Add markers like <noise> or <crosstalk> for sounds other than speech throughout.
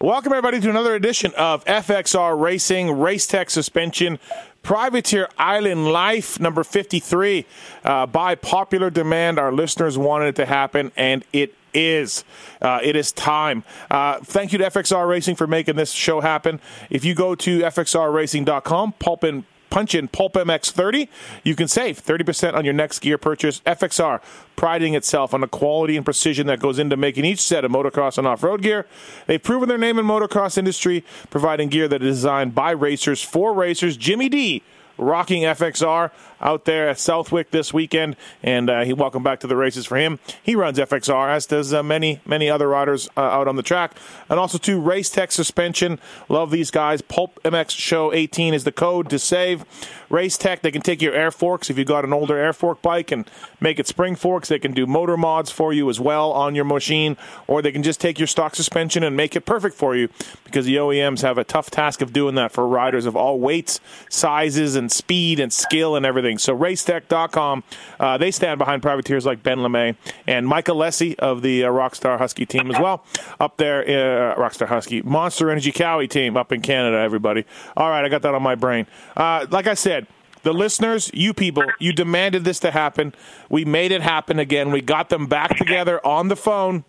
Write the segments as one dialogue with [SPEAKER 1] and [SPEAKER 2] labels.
[SPEAKER 1] Welcome, everybody, to another edition of FXR Racing, Race Tech Suspension, Privateer Island Life, number 53. Uh, by popular demand, our listeners wanted it to happen, and it is. Uh, it is time. Uh, thank you to FXR Racing for making this show happen. If you go to FXRRacing.com, pulp and punch in Pulp MX30, you can save 30% on your next gear purchase. FXR priding itself on the quality and precision that goes into making each set of motocross and off-road gear. They've proven their name in motocross industry, providing gear that is designed by racers for racers. Jimmy D rocking FXR out there at Southwick this weekend, and uh, he welcome back to the races for him. He runs FXR, as does uh, many many other riders uh, out on the track, and also to Race Tech Suspension. Love these guys. Pulp MX Show 18 is the code to save. Race Tech, they can take your air forks if you've got an older air fork bike and make it spring forks. They can do motor mods for you as well on your machine, or they can just take your stock suspension and make it perfect for you because the OEMs E have a tough task of doing that for riders of all weights, sizes, and speed and skill and everything. So racetech.com, uh, they stand behind privateers like Ben LeMay and Michael Lessie of the uh, Rockstar Husky team as well. Up there, uh, Rockstar Husky, Monster Energy Cowie team up in Canada, everybody. All right, I got that on my brain. Uh, like I said, the listeners, you people, you demanded this to happen. We made it happen again. We got them back together on the phone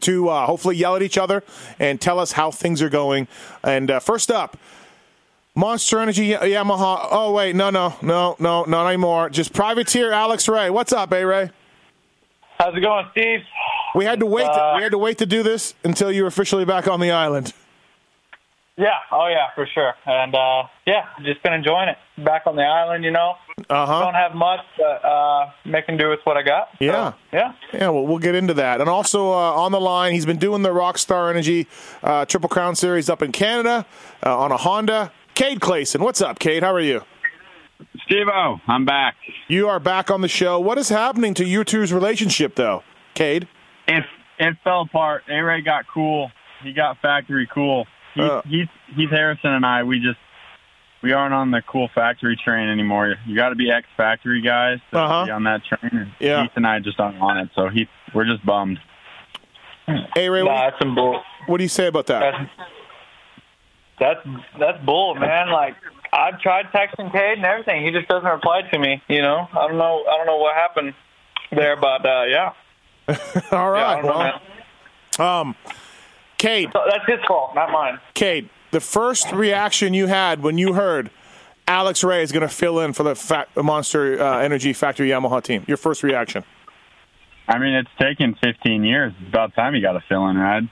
[SPEAKER 1] to uh, hopefully yell at each other and tell us how things are going. And uh, first up, Monster Energy Y- Yamaha. Oh wait, no, no, no, no, not anymore. Just privateer Alex Ray. What's up, A Ray?
[SPEAKER 2] How's it going, Steve?
[SPEAKER 1] We had to wait. we had to wait to do this until you were officially back on the island.
[SPEAKER 2] Yeah, oh yeah, for sure. And uh, yeah, just been enjoying it. Back on the island, you know.
[SPEAKER 1] Uh huh.
[SPEAKER 2] Don't have much, but uh, making do with what I got. So,
[SPEAKER 1] Yeah.
[SPEAKER 2] yeah.
[SPEAKER 1] Yeah, well, we'll get into that. And also uh, on the line, he's been doing the Rockstar Energy uh, Triple Crown Series up in Canada uh, on a Honda. Cade Clayson, what's up, Cade? How are you?
[SPEAKER 3] Steve O, I'm back.
[SPEAKER 1] You are back on the show. What is happening to you two's relationship, though, Cade?
[SPEAKER 3] It it fell apart. A Ray got cool. He got factory cool. Heath,
[SPEAKER 1] Uh.
[SPEAKER 3] Heath, Heath Harrison and I, we just we aren't on the cool factory train anymore. You got to be ex factory guys to
[SPEAKER 1] Uh-huh.
[SPEAKER 3] be on that train. And
[SPEAKER 1] Yeah.
[SPEAKER 3] Heath and I just aren't on it, so Heath, we're just bummed.
[SPEAKER 1] Hey, Ray,
[SPEAKER 2] Nah,
[SPEAKER 1] what,
[SPEAKER 2] that's some bull.
[SPEAKER 1] what do you say about that?
[SPEAKER 2] That's that's that's bull, man. Like I've tried texting Cade and everything. He just doesn't reply to me. You know, I don't know. I don't know what happened there, but uh, yeah.
[SPEAKER 1] <laughs> All
[SPEAKER 2] yeah I
[SPEAKER 1] right,
[SPEAKER 2] don't know, man.
[SPEAKER 1] well, um, Cade,
[SPEAKER 2] So that's his fault, not mine.
[SPEAKER 1] Cade, the first reaction you had when you heard Alex Ray is going to fill in for the fa- Monster uh, Energy Factory Yamaha team, your first reaction. <laughs>
[SPEAKER 3] I mean, it's taken 15 years. It's about time you got a fill-in
[SPEAKER 1] <laughs>
[SPEAKER 3] ride.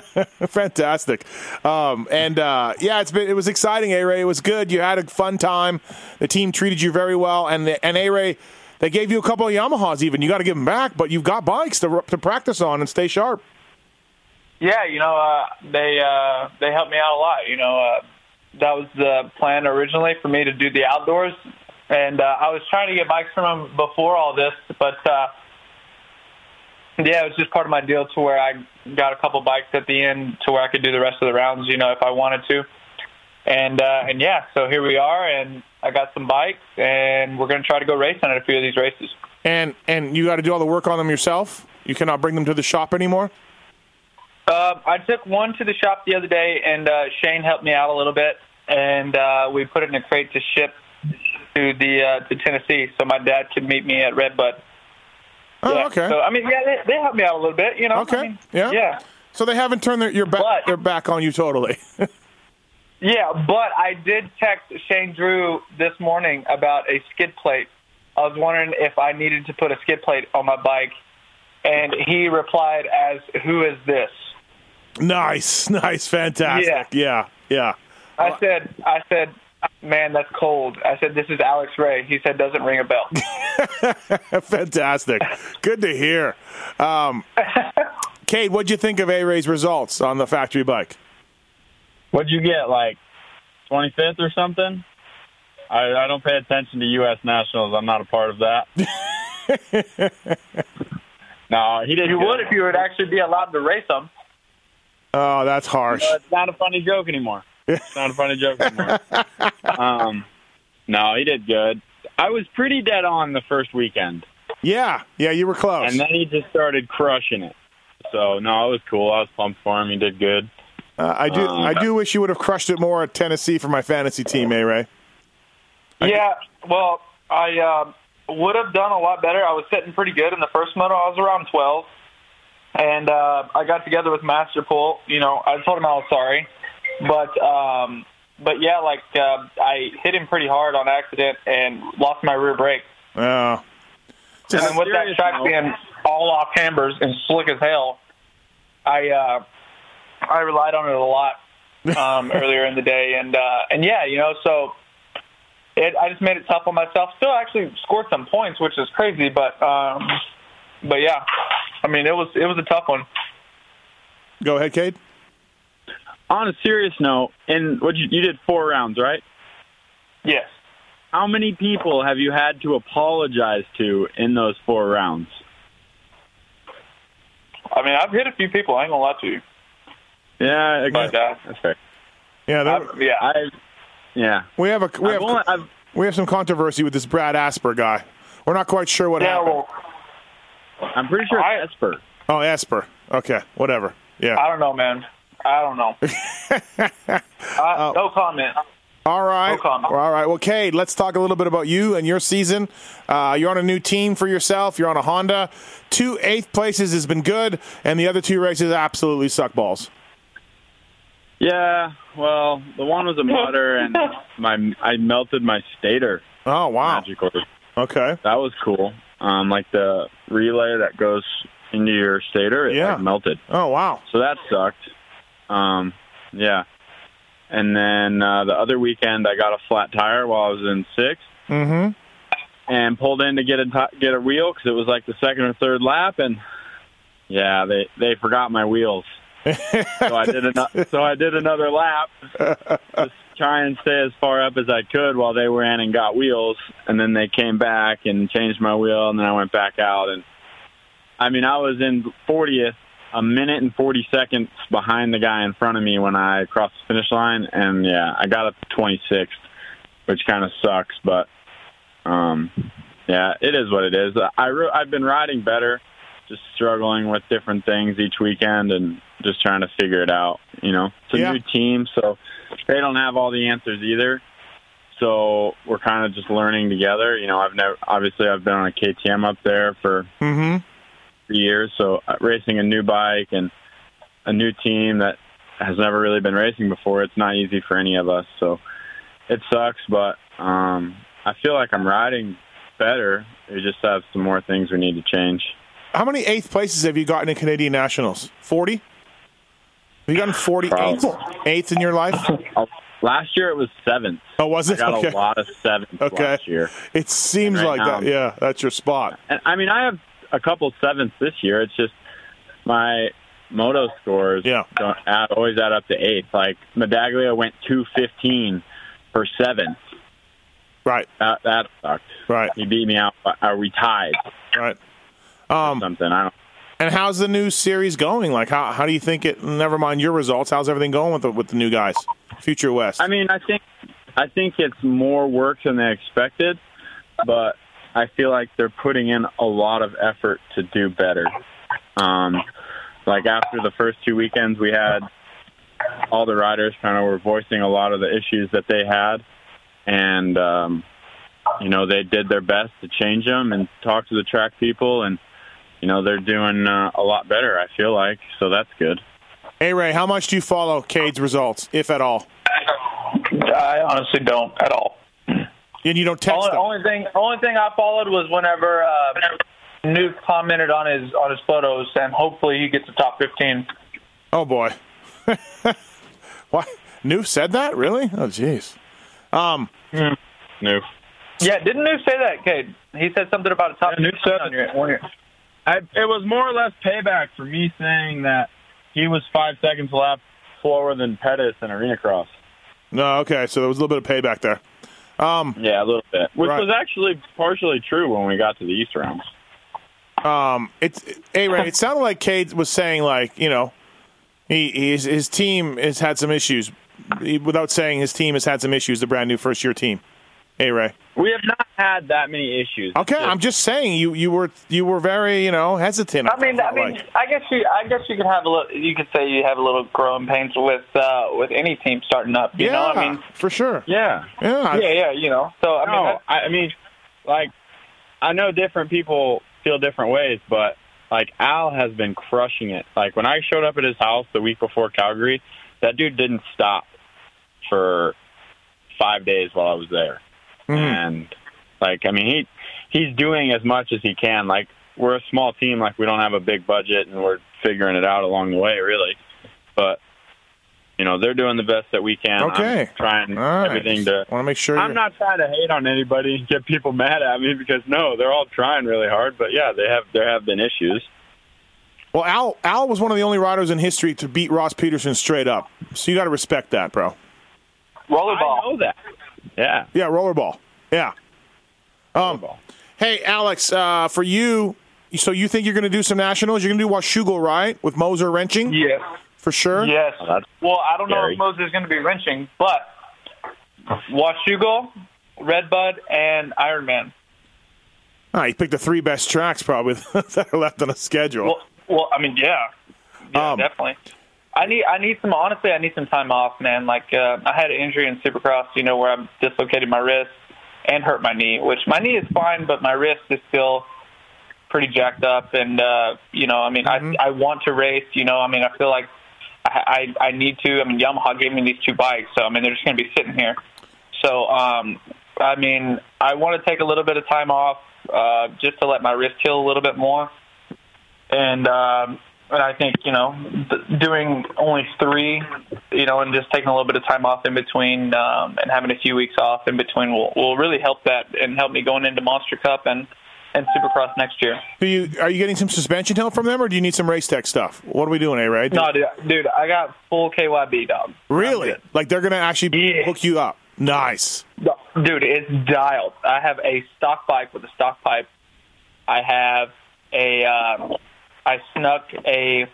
[SPEAKER 1] Fantastic, um, and uh, yeah, it's been it was exciting. A Ray, it was good. You had a fun time. The team treated you very well, and the, and A Ray, they gave you a couple of Yamahas. Even you got to give them back, but you've got bikes to to practice on and stay sharp.
[SPEAKER 2] Yeah, you know, uh, they uh, they helped me out a lot. You know, uh, that was the plan originally for me to do the outdoors, and uh, I was trying to get bikes from them before all this, but uh, yeah, it was just part of my deal to where I got a couple bikes at the end to where I could do the rest of the rounds. You know, if I wanted to, and uh, and yeah, so here we are, and I got some bikes, and we're gonna try to go racing at a few of these races.
[SPEAKER 1] And and you got to do all the work on them yourself. You cannot bring them to the shop anymore.
[SPEAKER 2] Uh, I took one to the shop the other day, and uh, Shane helped me out a little bit, and uh, we put it in a crate to ship to the uh, to Tennessee, so my dad could meet me at Redbud.
[SPEAKER 1] Oh,
[SPEAKER 2] Yeah.
[SPEAKER 1] okay.
[SPEAKER 2] So I mean, yeah, they, they helped me out a little bit, you know. I
[SPEAKER 1] Okay.
[SPEAKER 2] mean,
[SPEAKER 1] Yeah.
[SPEAKER 2] Yeah.
[SPEAKER 1] So they haven't turned their your back
[SPEAKER 2] But-
[SPEAKER 1] their back on you totally. <laughs>
[SPEAKER 2] Yeah, but I did text Shane Drew this morning about a skid plate. I was wondering if I needed to put a skid plate on my bike, and he replied as, "Who is this?"
[SPEAKER 1] nice, nice, fantastic. Yeah, yeah.
[SPEAKER 2] I said, I said, man, that's cold. I said, this is Alex Ray. He said, doesn't ring a bell.
[SPEAKER 1] <laughs> Fantastic. Good to hear. Um, Cade, what'd you think of A Ray's results on the factory bike?
[SPEAKER 3] What'd you get? Like 25th or something? I, I don't pay attention to U.S. nationals. I'm not a part
[SPEAKER 1] <laughs>
[SPEAKER 3] of that. no, he didn't.
[SPEAKER 2] you would <laughs> if you would actually be allowed to race them.
[SPEAKER 1] Oh, that's harsh.
[SPEAKER 3] No, Uh, it's not a funny joke anymore. It's not a funny
[SPEAKER 1] <laughs>
[SPEAKER 3] joke anymore. um, no, he did good. I was pretty dead on the first weekend,
[SPEAKER 1] Yeah, yeah, you were close.
[SPEAKER 3] and then he just started crushing it. So no, it was cool. I was pumped for him. He did good.
[SPEAKER 1] Uh, I do.
[SPEAKER 3] Um,
[SPEAKER 1] I do wish you would have crushed it more at Tennessee for my fantasy team, eh, Ray?
[SPEAKER 2] Yeah, well, I uh, would have done a lot better. I was sitting pretty good in the first moto. I was around 12, and uh, I got together with Master Pool. You know, I told him I was sorry, but um, but yeah, like uh, I hit him pretty hard on accident and lost my rear brake.
[SPEAKER 1] Oh,
[SPEAKER 2] And then with that
[SPEAKER 3] Serious
[SPEAKER 2] track
[SPEAKER 3] note.
[SPEAKER 2] being all off cambers and slick as hell, I uh, I relied on it a lot
[SPEAKER 3] <laughs>
[SPEAKER 2] um, earlier in the day, and uh, and yeah, you know, so it I just made it tough on myself. Still, actually scored some points, which is crazy, but um, but yeah, I mean, it was it was a tough one.
[SPEAKER 1] go ahead, Cade.
[SPEAKER 3] On a serious note, and what you, you did four rounds, right?
[SPEAKER 2] Yes.
[SPEAKER 3] How many people have you had to apologize to in those four rounds?
[SPEAKER 2] I mean, I've hit a few people. I ain't gonna lie to you,
[SPEAKER 3] Yeah, I
[SPEAKER 2] but uh,
[SPEAKER 3] that's fair.
[SPEAKER 1] Yeah, there,
[SPEAKER 2] I've- yeah,
[SPEAKER 3] I, yeah,
[SPEAKER 1] we have a we
[SPEAKER 3] I've
[SPEAKER 1] have
[SPEAKER 3] only, I've,
[SPEAKER 1] we have some controversy with this Brad Asper guy. We're not quite sure what
[SPEAKER 2] yeah.
[SPEAKER 1] happened.
[SPEAKER 2] Well,
[SPEAKER 3] I'm pretty sure
[SPEAKER 2] I-
[SPEAKER 3] it's Esper.
[SPEAKER 1] oh, Asper. Okay, whatever. Yeah.
[SPEAKER 2] I don't know, man. I don't know.
[SPEAKER 3] <laughs>
[SPEAKER 2] I, no comment.
[SPEAKER 1] All right.
[SPEAKER 2] No comment.
[SPEAKER 1] All right. Well, Cade, let's talk a little bit about you and your season. Uh, you're on a new team for yourself. You're on a Honda. Two eighth places has been good, and the other two races absolutely suck balls.
[SPEAKER 3] Yeah, well, the one was a mutter, and my I melted my stator
[SPEAKER 1] Oh, wow.
[SPEAKER 3] magically.
[SPEAKER 1] Okay.
[SPEAKER 3] That was cool. Um, like the relay that goes into your stator, it
[SPEAKER 1] Yeah.
[SPEAKER 3] like, melted.
[SPEAKER 1] Oh, wow.
[SPEAKER 3] So that sucked. Um, yeah. And then uh, the other weekend, I got a flat tire while I was in sixth,
[SPEAKER 1] Mm
[SPEAKER 3] and pulled in to get a ti get a wheel because it was like the second or third lap, and yeah, they they forgot my wheels. so I did another so I did another lap, just try and stay as far up as I could while they were in and got wheels, and then they came back and changed my wheel, and then I went back out, and I mean I was in 40th, a minute and 40 seconds behind the guy in front of me when I crossed the finish line, and yeah, I got up to 26th, which kind of sucks, but um, yeah, it is what it is. I re- I've been riding better, just struggling with different things each weekend and just trying to figure it out. You know, it's a
[SPEAKER 1] Yeah.
[SPEAKER 3] new team, so they don't have all the answers either. So we're kind of just learning together. You know, I've never obviously I've been on a KTM up there for
[SPEAKER 1] hmm. Mm
[SPEAKER 3] the years. So uh, racing a new bike and a new team that has never really been racing before, it's not easy for any of us. So it sucks, but um, I feel like I'm riding better. We just have some more things we need to change.
[SPEAKER 1] hmm. How many eighth places have you gotten in Canadian Nationals? 40? Have you gotten 40 eighths,
[SPEAKER 3] Probably.
[SPEAKER 1] eighths in your life?
[SPEAKER 3] Uh, Last year it was seventh.
[SPEAKER 1] Oh, was
[SPEAKER 3] I
[SPEAKER 1] it?
[SPEAKER 3] got
[SPEAKER 1] Okay.
[SPEAKER 3] a lot of seventh
[SPEAKER 1] Okay.
[SPEAKER 3] last year.
[SPEAKER 1] It seems like
[SPEAKER 3] Right um, now.
[SPEAKER 1] that. Yeah, that's your spot.
[SPEAKER 3] And I mean, I have a couple sevenths this year. It's just my moto scores
[SPEAKER 1] Yeah.
[SPEAKER 3] don't add, always add up to eighth. Like Medaglia went two fifteen for seventh.
[SPEAKER 1] Right,
[SPEAKER 3] That that sucked.
[SPEAKER 1] right,
[SPEAKER 3] He beat me out. by- Are we tied?
[SPEAKER 1] right. Um,
[SPEAKER 3] Something. I don't.
[SPEAKER 1] And how's the new series going? Like, how how do you think it? Never mind your results. How's everything going with the, with the new guys? Future West.
[SPEAKER 3] I mean, I think I think it's more work than they expected, but I feel like they're putting in a lot of effort to do better. Um, like after the first two weekends, we had all the riders kind of were voicing a lot of the issues that they had, and um, you know they did their best to change them and talk to the track people, and you know they're doing uh, a lot better. I feel like so that's good.
[SPEAKER 1] hey Ray, how much do you follow Cade's results, if at all?
[SPEAKER 2] I honestly don't at all.
[SPEAKER 1] And you don't text
[SPEAKER 2] Only,
[SPEAKER 1] them.
[SPEAKER 2] only thing, only thing I followed was whenever uh, Nuke commented on his on his photos, and hopefully he gets the top fifteen.
[SPEAKER 1] Oh boy. <laughs> Why? Noof said that? Really? Oh jeez.
[SPEAKER 3] Noof.
[SPEAKER 2] Yeah, didn't Nuke say that, Cade? He said something about a top.
[SPEAKER 3] Yeah, Nuke
[SPEAKER 2] 15
[SPEAKER 3] said
[SPEAKER 2] on your, on your-
[SPEAKER 3] I, it was more or less payback for me saying that he was five seconds left slower than Pettis in arena cross.
[SPEAKER 1] No. Okay. So there was a little bit of payback there.
[SPEAKER 3] Yeah, a little bit, which
[SPEAKER 1] Right.
[SPEAKER 3] was actually partially true when we got to the East rounds.
[SPEAKER 1] Um. It's hey Ray. It sounded like Cade was saying like you know, he his, his team has had some issues. He- Without saying his team has had some issues, the brand new first year team. Hey, Ray.
[SPEAKER 3] We have not had that many issues.
[SPEAKER 1] Okay, I'm just saying you you were you were very you know hesitant.
[SPEAKER 2] I mean, I
[SPEAKER 1] felt
[SPEAKER 2] mean,
[SPEAKER 1] like.
[SPEAKER 2] I guess you, I guess you could have a little, you could say you have a little growing pains with uh, with any team starting up. You
[SPEAKER 1] yeah,
[SPEAKER 2] know, I mean,
[SPEAKER 1] for sure.
[SPEAKER 3] Yeah.
[SPEAKER 1] Yeah,
[SPEAKER 2] yeah, yeah, you know. So I mean,
[SPEAKER 3] no,
[SPEAKER 2] that's-
[SPEAKER 3] I, I mean, like, I know different people feel different ways, but like Al has been crushing it. Like when I showed up at his house the week before Calgary, that dude didn't stop for five days while I was there,
[SPEAKER 1] Mm-hmm.
[SPEAKER 3] and like, I mean, he he's doing as much as he can. Like we're a small team, like we don't have a big budget, and we're figuring it out along the way, really, but. You know they're doing the best that we can. I'm
[SPEAKER 1] Okay.
[SPEAKER 3] trying
[SPEAKER 1] All right.
[SPEAKER 3] everything to
[SPEAKER 1] want to make sure.
[SPEAKER 3] I'm
[SPEAKER 1] you're-
[SPEAKER 3] not trying to hate on anybody and get people mad at me because no, they're all trying really hard. But yeah, they have there have been issues.
[SPEAKER 1] Well, Al Al was one of the only riders in history to beat Ross Peterson straight up. So you got to respect that, bro.
[SPEAKER 3] I
[SPEAKER 2] rollerball.
[SPEAKER 3] know that. Yeah.
[SPEAKER 1] Yeah, rollerball. Yeah. Um,
[SPEAKER 3] Volleyball.
[SPEAKER 1] Hey, Alex, uh, for you, so you think you're going to do some nationals? You're going to do Washugal, right? With Moser wrenching
[SPEAKER 2] Yes,
[SPEAKER 1] for sure.
[SPEAKER 2] yes.
[SPEAKER 3] Oh, that's
[SPEAKER 2] Well, I don't know
[SPEAKER 3] scary.
[SPEAKER 2] if Moses is going to be wrenching, but Washugal, Redbud, and Ironman.
[SPEAKER 1] Ah, he picked the three best tracks probably <laughs> that are left on the schedule.
[SPEAKER 2] Well, well, I mean, yeah, yeah,
[SPEAKER 1] Um,
[SPEAKER 2] definitely. I need, I need some. Honestly, I need some time off, man. Like, uh, I had an injury in Supercross, you know, where I dislocated my wrist and hurt my knee. Which my knee is fine, but my wrist is still pretty jacked up. And uh, you know, I mean,
[SPEAKER 1] Mm-hmm.
[SPEAKER 2] I, I want to race. You know, I mean, I feel like I, I, I need to. I mean, Yamaha gave me these two bikes, so I mean, they're just going to be sitting here. So, um, I mean, I want to take a little bit of time off uh, just to let my wrist heal a little bit more and um, and I think you know th- doing only three, you know, and just taking a little bit of time off in between um, and having a few weeks off in between will will really help that and help me going into Monster Cup and and Supercross next year.
[SPEAKER 1] Do you are you getting some suspension help from them, or do you need some race tech stuff? What are we doing, A Ray?
[SPEAKER 2] No, dude, dude I got full KYB dog.
[SPEAKER 1] really? Like they're going to actually
[SPEAKER 2] Yeah.
[SPEAKER 1] hook you up? Nice.
[SPEAKER 2] No, Dude, it's dialed. I have a stock bike with a stock pipe. I have a, um, I snuck a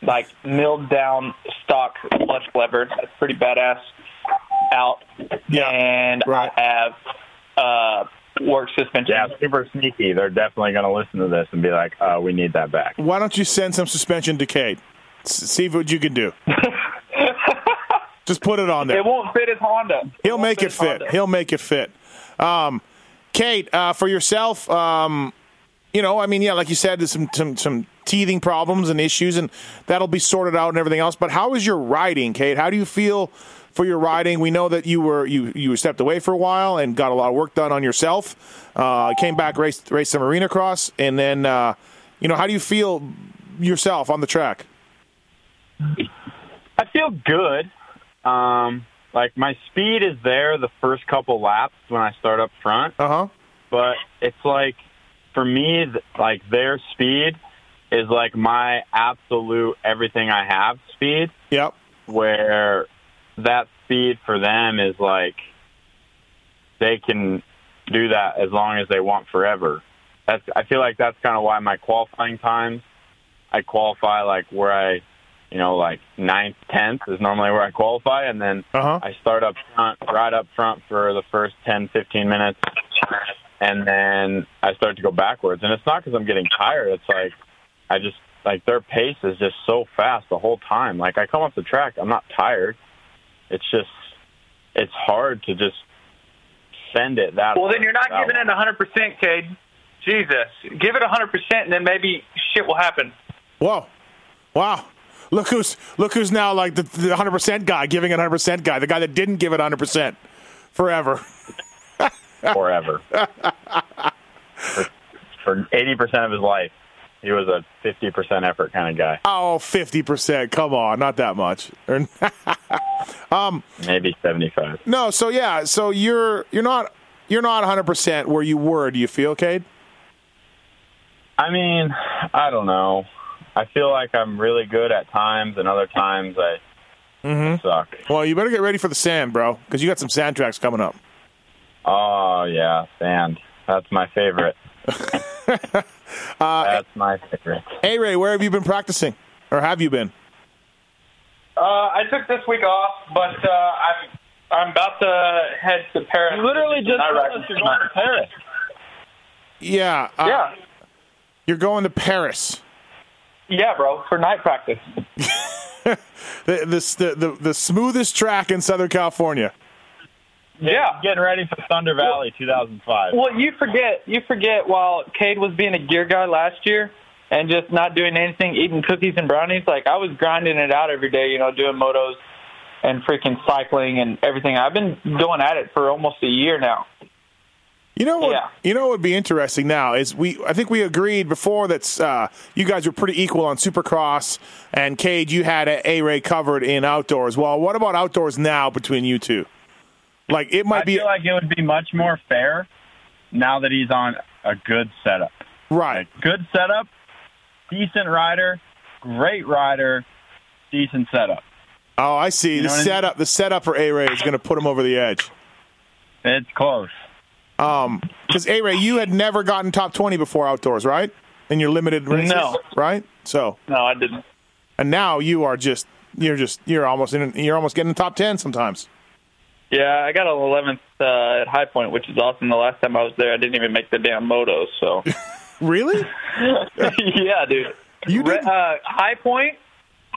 [SPEAKER 2] like milled down stock clutch lever. That's pretty badass. Out.
[SPEAKER 1] Yeah,
[SPEAKER 2] And
[SPEAKER 1] right.
[SPEAKER 2] I have uh, work suspension.
[SPEAKER 3] yeah, super sneaky. They're definitely going to listen to this and be like, uh, "We need that back."
[SPEAKER 1] Why don't you send some suspension to Cade? S- see what you can do.
[SPEAKER 2] <laughs>
[SPEAKER 1] Just put it on there.
[SPEAKER 2] It won't fit his Honda.
[SPEAKER 1] He'll
[SPEAKER 2] won't
[SPEAKER 1] make it
[SPEAKER 2] his
[SPEAKER 1] fit.
[SPEAKER 2] Honda.
[SPEAKER 1] He'll make it fit. Um, Kate, uh, for yourself, um, you know, I mean, yeah, like you said, there's some, some some teething problems and issues, and that'll be sorted out and everything else. But how is your riding, Kate? How do you feel for your riding? We know that you were you you stepped away for a while and got a lot of work done on yourself. Uh, came back, raced raced some arena cross, and then uh, you know, how do you feel yourself on the track?
[SPEAKER 3] I feel good. Um, like my speed is there the first couple laps when I start up front.
[SPEAKER 1] Uh huh.
[SPEAKER 3] but it's like for me th- like their speed is like my absolute everything i have speed
[SPEAKER 1] Yep.
[SPEAKER 3] where that speed for them is like they can do that as long as they want forever that's i feel like that's kind of why my qualifying times i qualify like where i you know like ninth tenth is normally where i qualify and then
[SPEAKER 1] Uh huh.
[SPEAKER 3] I start up front, right up front for the first 10, 15 minutes, and then I start to go backwards. And it's not because I'm getting tired. It's like I just like their pace is just so fast the whole time. Like I come off the track, I'm not tired. It's just it's hard to just send it that.
[SPEAKER 2] Well, then you're not
[SPEAKER 3] that
[SPEAKER 2] giving it 100%, Cade. Jesus. Give it 100%, and then maybe shit will happen.
[SPEAKER 1] Whoa, wow! Look who's look who's now like the the hundred percent guy giving an hundred percent guy, the guy that didn't give it hundred percent forever.
[SPEAKER 2] <laughs>
[SPEAKER 3] forever. for eighty percent of his life, he was a fifty percent effort kind of guy,
[SPEAKER 1] Oh, 50 percent. Come on, not that much. Or-
[SPEAKER 3] maybe seventy-five.
[SPEAKER 1] <laughs> no, so yeah, so you're you're not you're not hundred percent where you were. Do you feel, Cade?
[SPEAKER 3] I mean, I don't know. I feel like I'm really good at times, and other times I
[SPEAKER 1] Mm-hmm.
[SPEAKER 3] suck.
[SPEAKER 1] Well, you better get ready for the sand, bro, because you got some sand tracks coming up.
[SPEAKER 3] Oh yeah, sand. That's my
[SPEAKER 1] <laughs>
[SPEAKER 3] favorite.
[SPEAKER 1] Uh,
[SPEAKER 3] That's my favorite.
[SPEAKER 1] Hey, Ray, where have you been practicing, or have you been?
[SPEAKER 2] Uh, I took this week off, but uh, I've I'm about to head to Paris.
[SPEAKER 3] You literally just
[SPEAKER 2] I
[SPEAKER 3] told
[SPEAKER 2] reckon.
[SPEAKER 3] us you're going to Paris.
[SPEAKER 1] Yeah. uh,
[SPEAKER 2] Yeah,
[SPEAKER 1] You're going to Paris.
[SPEAKER 2] yeah, bro, for night practice.
[SPEAKER 1] The, the, the, the, the smoothest track in Southern California.
[SPEAKER 2] Yeah.
[SPEAKER 3] Getting ready for Thunder Valley 2005.
[SPEAKER 2] Well, you forget you forget while Cade was being a gear guy last year and just not doing anything, eating cookies and brownies. Like I was grinding it out every day, you know, doing motos and freaking cycling and everything. I've been going at it for almost a year now.
[SPEAKER 1] You know what?
[SPEAKER 2] Yeah.
[SPEAKER 1] You know what would be interesting now is we. I think we agreed before that uh, you guys were pretty equal on Supercross and Cage. You had A Ray covered in outdoors. Well, what about outdoors now between you two? Like it might
[SPEAKER 3] I
[SPEAKER 1] be
[SPEAKER 3] feel like it would be much more fair now that he's on a good setup.
[SPEAKER 1] right.
[SPEAKER 3] Good setup, decent rider, great rider, decent setup.
[SPEAKER 1] Oh, I see. the
[SPEAKER 3] know what I mean?
[SPEAKER 1] setup, the setup for A Ray is going to put him over the edge.
[SPEAKER 3] It's close.
[SPEAKER 1] Um, because A Ray, you had never gotten top twenty before outdoors, right? In your limited races,
[SPEAKER 2] No.
[SPEAKER 1] right? So,
[SPEAKER 2] No, I didn't.
[SPEAKER 1] and now you are just you're just you're almost in you're almost getting the top ten sometimes.
[SPEAKER 2] Yeah, I got an 11th uh, at High Point, which is awesome. The last time I was there, I didn't even make the damn motos. So,
[SPEAKER 1] Really?
[SPEAKER 2] <laughs> yeah, dude.
[SPEAKER 1] You
[SPEAKER 2] Re-
[SPEAKER 1] did-
[SPEAKER 2] uh, High Point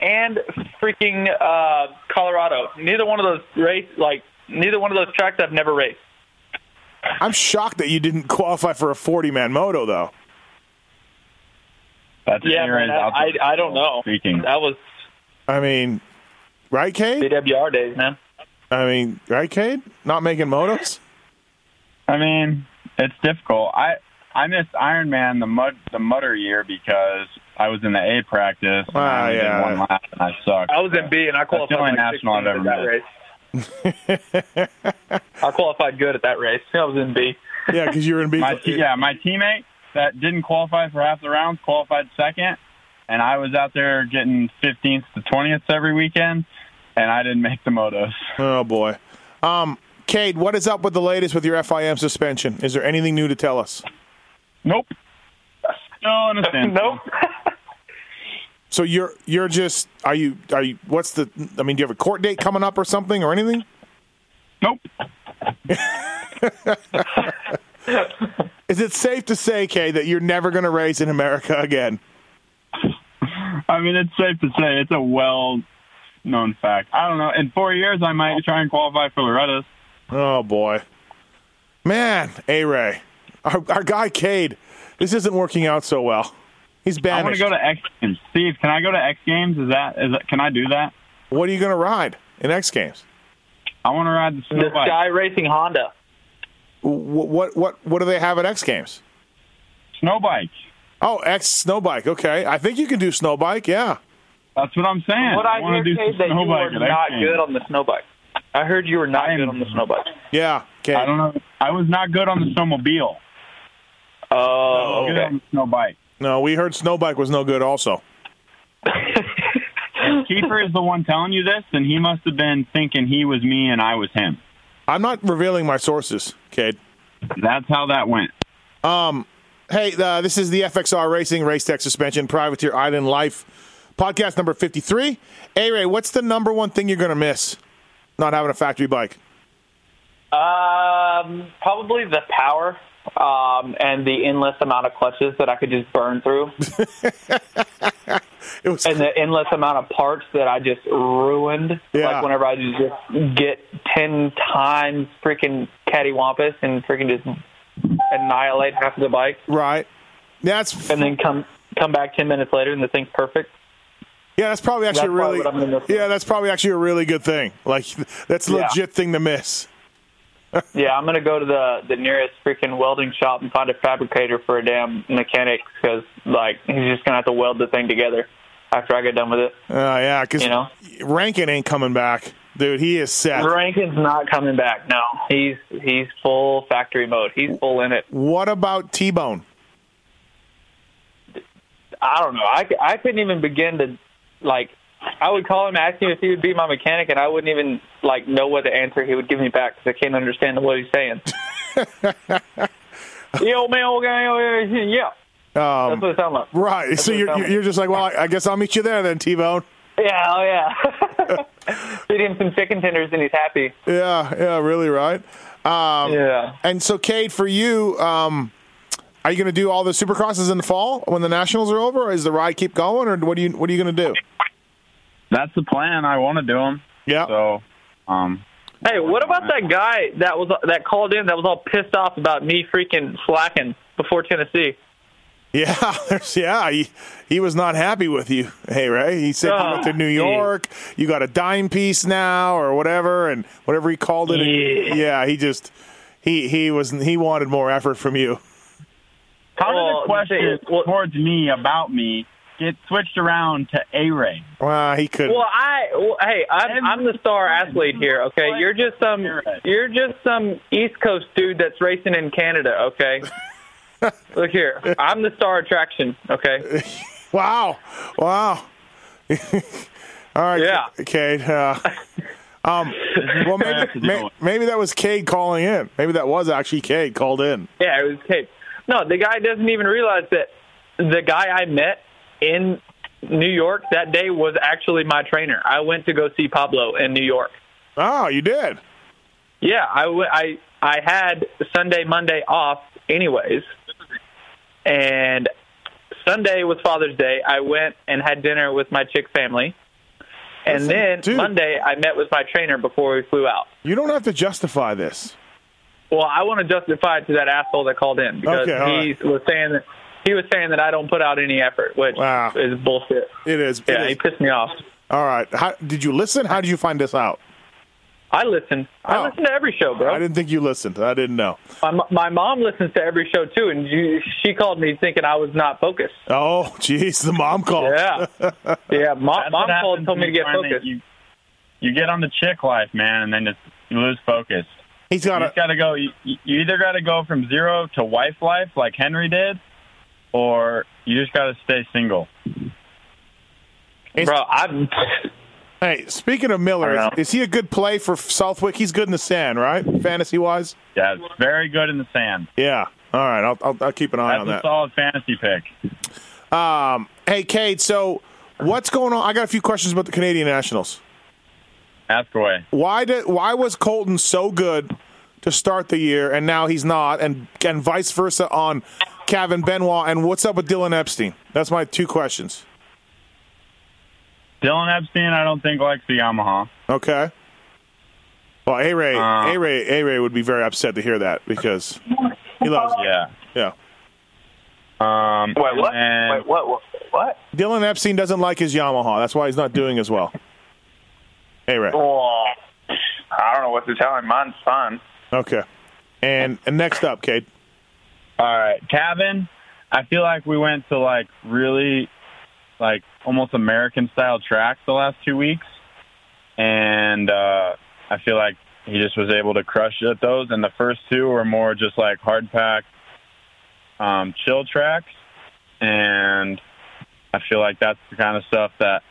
[SPEAKER 2] and freaking uh, Colorado. Neither one of those race, like neither one of those tracks, I've never raced.
[SPEAKER 1] I'm shocked that you didn't qualify for a 40 man moto, though.
[SPEAKER 3] That's
[SPEAKER 2] Yeah,
[SPEAKER 3] near
[SPEAKER 2] man,
[SPEAKER 3] as
[SPEAKER 2] I,
[SPEAKER 3] outdoor
[SPEAKER 2] I, I don't know.
[SPEAKER 3] Speaking.
[SPEAKER 2] That was
[SPEAKER 1] I mean, right, Cade?
[SPEAKER 2] BWR days, man.
[SPEAKER 1] I mean, right, Cade? Not making motos?
[SPEAKER 3] I mean, it's difficult. I I missed Ironman the mud the mutter year because I was in the A practice. and
[SPEAKER 1] Ah,
[SPEAKER 3] I only did
[SPEAKER 1] yeah.
[SPEAKER 3] one lap and I sucked.
[SPEAKER 2] I was in B, and I
[SPEAKER 3] the
[SPEAKER 2] qualified
[SPEAKER 3] only
[SPEAKER 2] like
[SPEAKER 3] national I've
[SPEAKER 2] 16th
[SPEAKER 3] ever
[SPEAKER 2] at that
[SPEAKER 3] missed.
[SPEAKER 2] race.
[SPEAKER 3] <laughs>
[SPEAKER 2] I qualified good at that race. I was in B.
[SPEAKER 1] Yeah, because you're in B.
[SPEAKER 3] My te- yeah, my teammate that didn't qualify for half the rounds qualified second, and I was out there getting 15th to 20th every weekend, and I didn't make the motos.
[SPEAKER 1] Oh, boy. Um, Cade, what is up with the latest with your FIM suspension? Is there anything new to tell us?
[SPEAKER 3] Nope.
[SPEAKER 2] <laughs>
[SPEAKER 3] No, understand.
[SPEAKER 2] Nope.
[SPEAKER 1] So you're you're just are you are you what's the I mean do you have a court date coming up or something or anything?
[SPEAKER 3] Nope.
[SPEAKER 1] Is it safe to say, Cade, that you're never going to race in America <laughs> again?
[SPEAKER 3] I mean, it's safe to say it's a well known fact. I don't know. In four years, I might try and qualify for Loretta's.
[SPEAKER 1] Oh boy, man, A Ray, our, our guy Cade, this isn't working out so well. He's
[SPEAKER 3] I want to
[SPEAKER 1] banished.
[SPEAKER 3] go to X Games. Steve, can I go to X Games? Is that is that, can I do that?
[SPEAKER 1] what are you going to ride in X Games?
[SPEAKER 3] I want to ride the
[SPEAKER 2] the
[SPEAKER 3] snow bike.
[SPEAKER 2] Sky Racing Honda.
[SPEAKER 1] What, what what what do they have at X Games?
[SPEAKER 3] Snow bike.
[SPEAKER 1] Oh, X snow bike. Okay, I think you can do snow bike. Yeah,
[SPEAKER 3] That's what I'm saying.
[SPEAKER 2] What I,
[SPEAKER 3] want to
[SPEAKER 2] heard
[SPEAKER 3] do
[SPEAKER 2] Cade,
[SPEAKER 3] some
[SPEAKER 2] that
[SPEAKER 3] snow
[SPEAKER 2] you were
[SPEAKER 3] bike at X
[SPEAKER 2] not
[SPEAKER 3] Games.
[SPEAKER 2] good on the snow bike. I heard you were not
[SPEAKER 3] I am-
[SPEAKER 2] good on the snow bike.
[SPEAKER 1] yeah. Cade.
[SPEAKER 3] I don't know. I was not good on the snowmobile.
[SPEAKER 2] Oh,
[SPEAKER 3] Good
[SPEAKER 2] okay.
[SPEAKER 3] on the snow bike.
[SPEAKER 1] No, we heard snow bike was no good. Also,
[SPEAKER 3] Keeper is the one telling you this, and he must have been thinking he was me and I was him.
[SPEAKER 1] I'm not revealing my sources, Cade.
[SPEAKER 3] That's how that went.
[SPEAKER 1] Hey, uh, this is the FXR Racing Race Tech Suspension Privateer Island Life podcast number 53. A Ray, what's the number one thing you're going to miss not having a factory bike?
[SPEAKER 2] Um, probably the power um, and the endless amount of clutches that I could just burn through,
[SPEAKER 1] It was
[SPEAKER 2] and the endless amount of parts that I just ruined.
[SPEAKER 1] Yeah.
[SPEAKER 2] Like whenever I just get ten times freaking cattywampus and freaking just annihilate half of the bike,
[SPEAKER 1] right. That's
[SPEAKER 2] and then come come back ten minutes later and the thing's perfect.
[SPEAKER 1] yeah. That's probably actually
[SPEAKER 2] That's
[SPEAKER 1] really
[SPEAKER 2] probably what I'm gonna miss.
[SPEAKER 1] yeah. That's probably actually a really good thing. Like that's a
[SPEAKER 2] Yeah.
[SPEAKER 1] legit thing to miss.
[SPEAKER 2] Yeah, I'm gonna go to the the nearest freaking welding shop and find a fabricator for a damn mechanic because like he's just gonna have to weld the thing together after I get done with it.
[SPEAKER 1] Uh, yeah, because
[SPEAKER 2] You know?
[SPEAKER 1] Rankin ain't coming back, dude. He is set.
[SPEAKER 2] Rankin's not coming back. No, he's he's full factory mode. He's full in it.
[SPEAKER 1] What about T Bone?
[SPEAKER 2] I don't know. I, c- I couldn't even begin to like. I would call him, ask him if he would be my mechanic, and I wouldn't even like know what the answer he would give me back because I can't understand what he's
[SPEAKER 1] <laughs>
[SPEAKER 2] saying. Yo, man, okay, yeah, that's
[SPEAKER 1] Um,
[SPEAKER 2] what it sounds like.
[SPEAKER 1] right. So
[SPEAKER 2] what it
[SPEAKER 1] you're
[SPEAKER 2] sounds like.
[SPEAKER 1] you're just like, well, I I guess I'll meet you there then, T Bone.
[SPEAKER 2] Yeah, <laughs> oh yeah. Feed him some chicken tenders and he's happy.
[SPEAKER 1] Yeah, yeah, really, right? Um,
[SPEAKER 2] Yeah.
[SPEAKER 1] And so, Cade, for you, um, are you going to do all the Supercrosses in the fall when the Nationals are over, or is the ride keep going, or what are you what are you going to do?
[SPEAKER 3] That's the plan. I want to do them.
[SPEAKER 1] Yeah.
[SPEAKER 3] So, um,
[SPEAKER 2] Hey, what about that guy that was that called in that was all pissed off about me freaking slacking before Tennessee?
[SPEAKER 1] Yeah, <laughs> there's, yeah, he, he was not happy with you. Hey, Ray, he said you
[SPEAKER 2] Oh,
[SPEAKER 1] went to New
[SPEAKER 2] geez.
[SPEAKER 1] York, you got a dime piece now, or whatever, and whatever he called it.
[SPEAKER 2] Yeah.
[SPEAKER 1] yeah, he just he he was he wanted more effort from you.
[SPEAKER 3] how did
[SPEAKER 2] Well,
[SPEAKER 3] the question
[SPEAKER 2] they- well-
[SPEAKER 3] towards me about me get switched around to A Ray?
[SPEAKER 1] Well, he could.
[SPEAKER 2] Well, I well, hey, I'm
[SPEAKER 3] And-
[SPEAKER 2] I'm the star athlete here. Okay, you're just some you're just some East Coast dude that's racing in Canada.
[SPEAKER 3] <laughs>
[SPEAKER 2] Okay, look here, I'm the star attraction. Okay,
[SPEAKER 1] wow, wow. <laughs> All right,
[SPEAKER 2] Yeah.
[SPEAKER 1] Cade. Uh, um,
[SPEAKER 2] <laughs>
[SPEAKER 1] well,
[SPEAKER 3] have to
[SPEAKER 1] maybe
[SPEAKER 3] deal
[SPEAKER 1] may,
[SPEAKER 3] with.
[SPEAKER 1] maybe that was Cade calling in. Maybe that was actually Cade called in.
[SPEAKER 2] yeah, it was Kate. No, the guy doesn't even realize that the guy I met in New York that day was actually my trainer. I went to go see Pablo in New York.
[SPEAKER 1] Oh, you did.
[SPEAKER 2] Yeah, I, w- I, I had Sunday, Monday off, anyways. And Sunday was Father's Day. I went and had dinner with my chick family. And
[SPEAKER 1] Listen,
[SPEAKER 2] then
[SPEAKER 1] dude.
[SPEAKER 2] Monday, I met with my trainer before we flew out.
[SPEAKER 1] You don't have to justify this.
[SPEAKER 2] Well, I want to justify it to that asshole that called in because
[SPEAKER 1] Okay, all
[SPEAKER 2] he was saying that he was saying that I don't put out any effort, which
[SPEAKER 1] Wow.
[SPEAKER 2] is bullshit.
[SPEAKER 1] It is. it
[SPEAKER 2] Yeah,
[SPEAKER 1] is.
[SPEAKER 2] he pissed me off.
[SPEAKER 1] All right. How, did you listen? How did you find this out?
[SPEAKER 2] I listen.
[SPEAKER 1] Oh.
[SPEAKER 2] I listen to every show, bro.
[SPEAKER 1] I didn't think you listened. I didn't know.
[SPEAKER 2] My, mo- my mom listens to every show too, and you, she called me thinking I was not focused.
[SPEAKER 1] Oh, <laughs> jeez, the mom called.
[SPEAKER 2] Yeah, yeah. Mom,
[SPEAKER 3] That's
[SPEAKER 2] mom
[SPEAKER 3] what happens
[SPEAKER 2] called, told me
[SPEAKER 3] when
[SPEAKER 2] to
[SPEAKER 3] you
[SPEAKER 2] get
[SPEAKER 3] finally-
[SPEAKER 2] focused.
[SPEAKER 3] You, you get on the chick life, man, and then just you lose focus.
[SPEAKER 1] He's got
[SPEAKER 3] you
[SPEAKER 1] a
[SPEAKER 3] just gotta go. You, you either gotta go from zero to wife life, like Henry did, or you just gotta stay single.
[SPEAKER 2] Bro, I'm.
[SPEAKER 1] Hey, speaking of Miller,
[SPEAKER 2] I
[SPEAKER 1] is,
[SPEAKER 2] don't know.
[SPEAKER 1] is he a good play for Southwick? He's good in the sand, right? Fantasy wise?
[SPEAKER 3] Yeah, it's very good in the sand.
[SPEAKER 1] Yeah. All right. I'll, I'll, I'll keep an eye
[SPEAKER 3] That's
[SPEAKER 1] on
[SPEAKER 3] a
[SPEAKER 1] that.
[SPEAKER 3] solid fantasy pick.
[SPEAKER 1] Um, hey, Cade, so what's going on? I got a few questions about the Canadian Nationals.
[SPEAKER 3] Ask away.
[SPEAKER 1] Why did why was Colton so good to start the year and now he's not and and vice versa on Kevin Benoit and what's up with Dylan Epstein? That's my two questions.
[SPEAKER 3] Dylan Epstein, I don't think likes the Yamaha.
[SPEAKER 1] Okay. Well, A Ray,
[SPEAKER 3] Uh,
[SPEAKER 1] A Ray, A Ray would be very upset to hear that because he loves you.
[SPEAKER 3] Yeah.
[SPEAKER 1] Yeah.
[SPEAKER 3] Um,
[SPEAKER 2] Wait, what?
[SPEAKER 3] and-
[SPEAKER 2] Wait, what? What? What?
[SPEAKER 1] Dylan Epstein doesn't like his Yamaha. That's why he's not doing as well. A Ray.
[SPEAKER 2] Oh, I don't know what to tell him. Mine's fine.
[SPEAKER 1] Okay. And and next up, Cade.
[SPEAKER 3] All right, Kevin. I feel like we went to like really, like almost American style tracks the last two weeks, and uh, I feel like he just was able to crush it at those. And the first two were more just like hard pack, um, chill tracks, and I feel like that's the kind of stuff that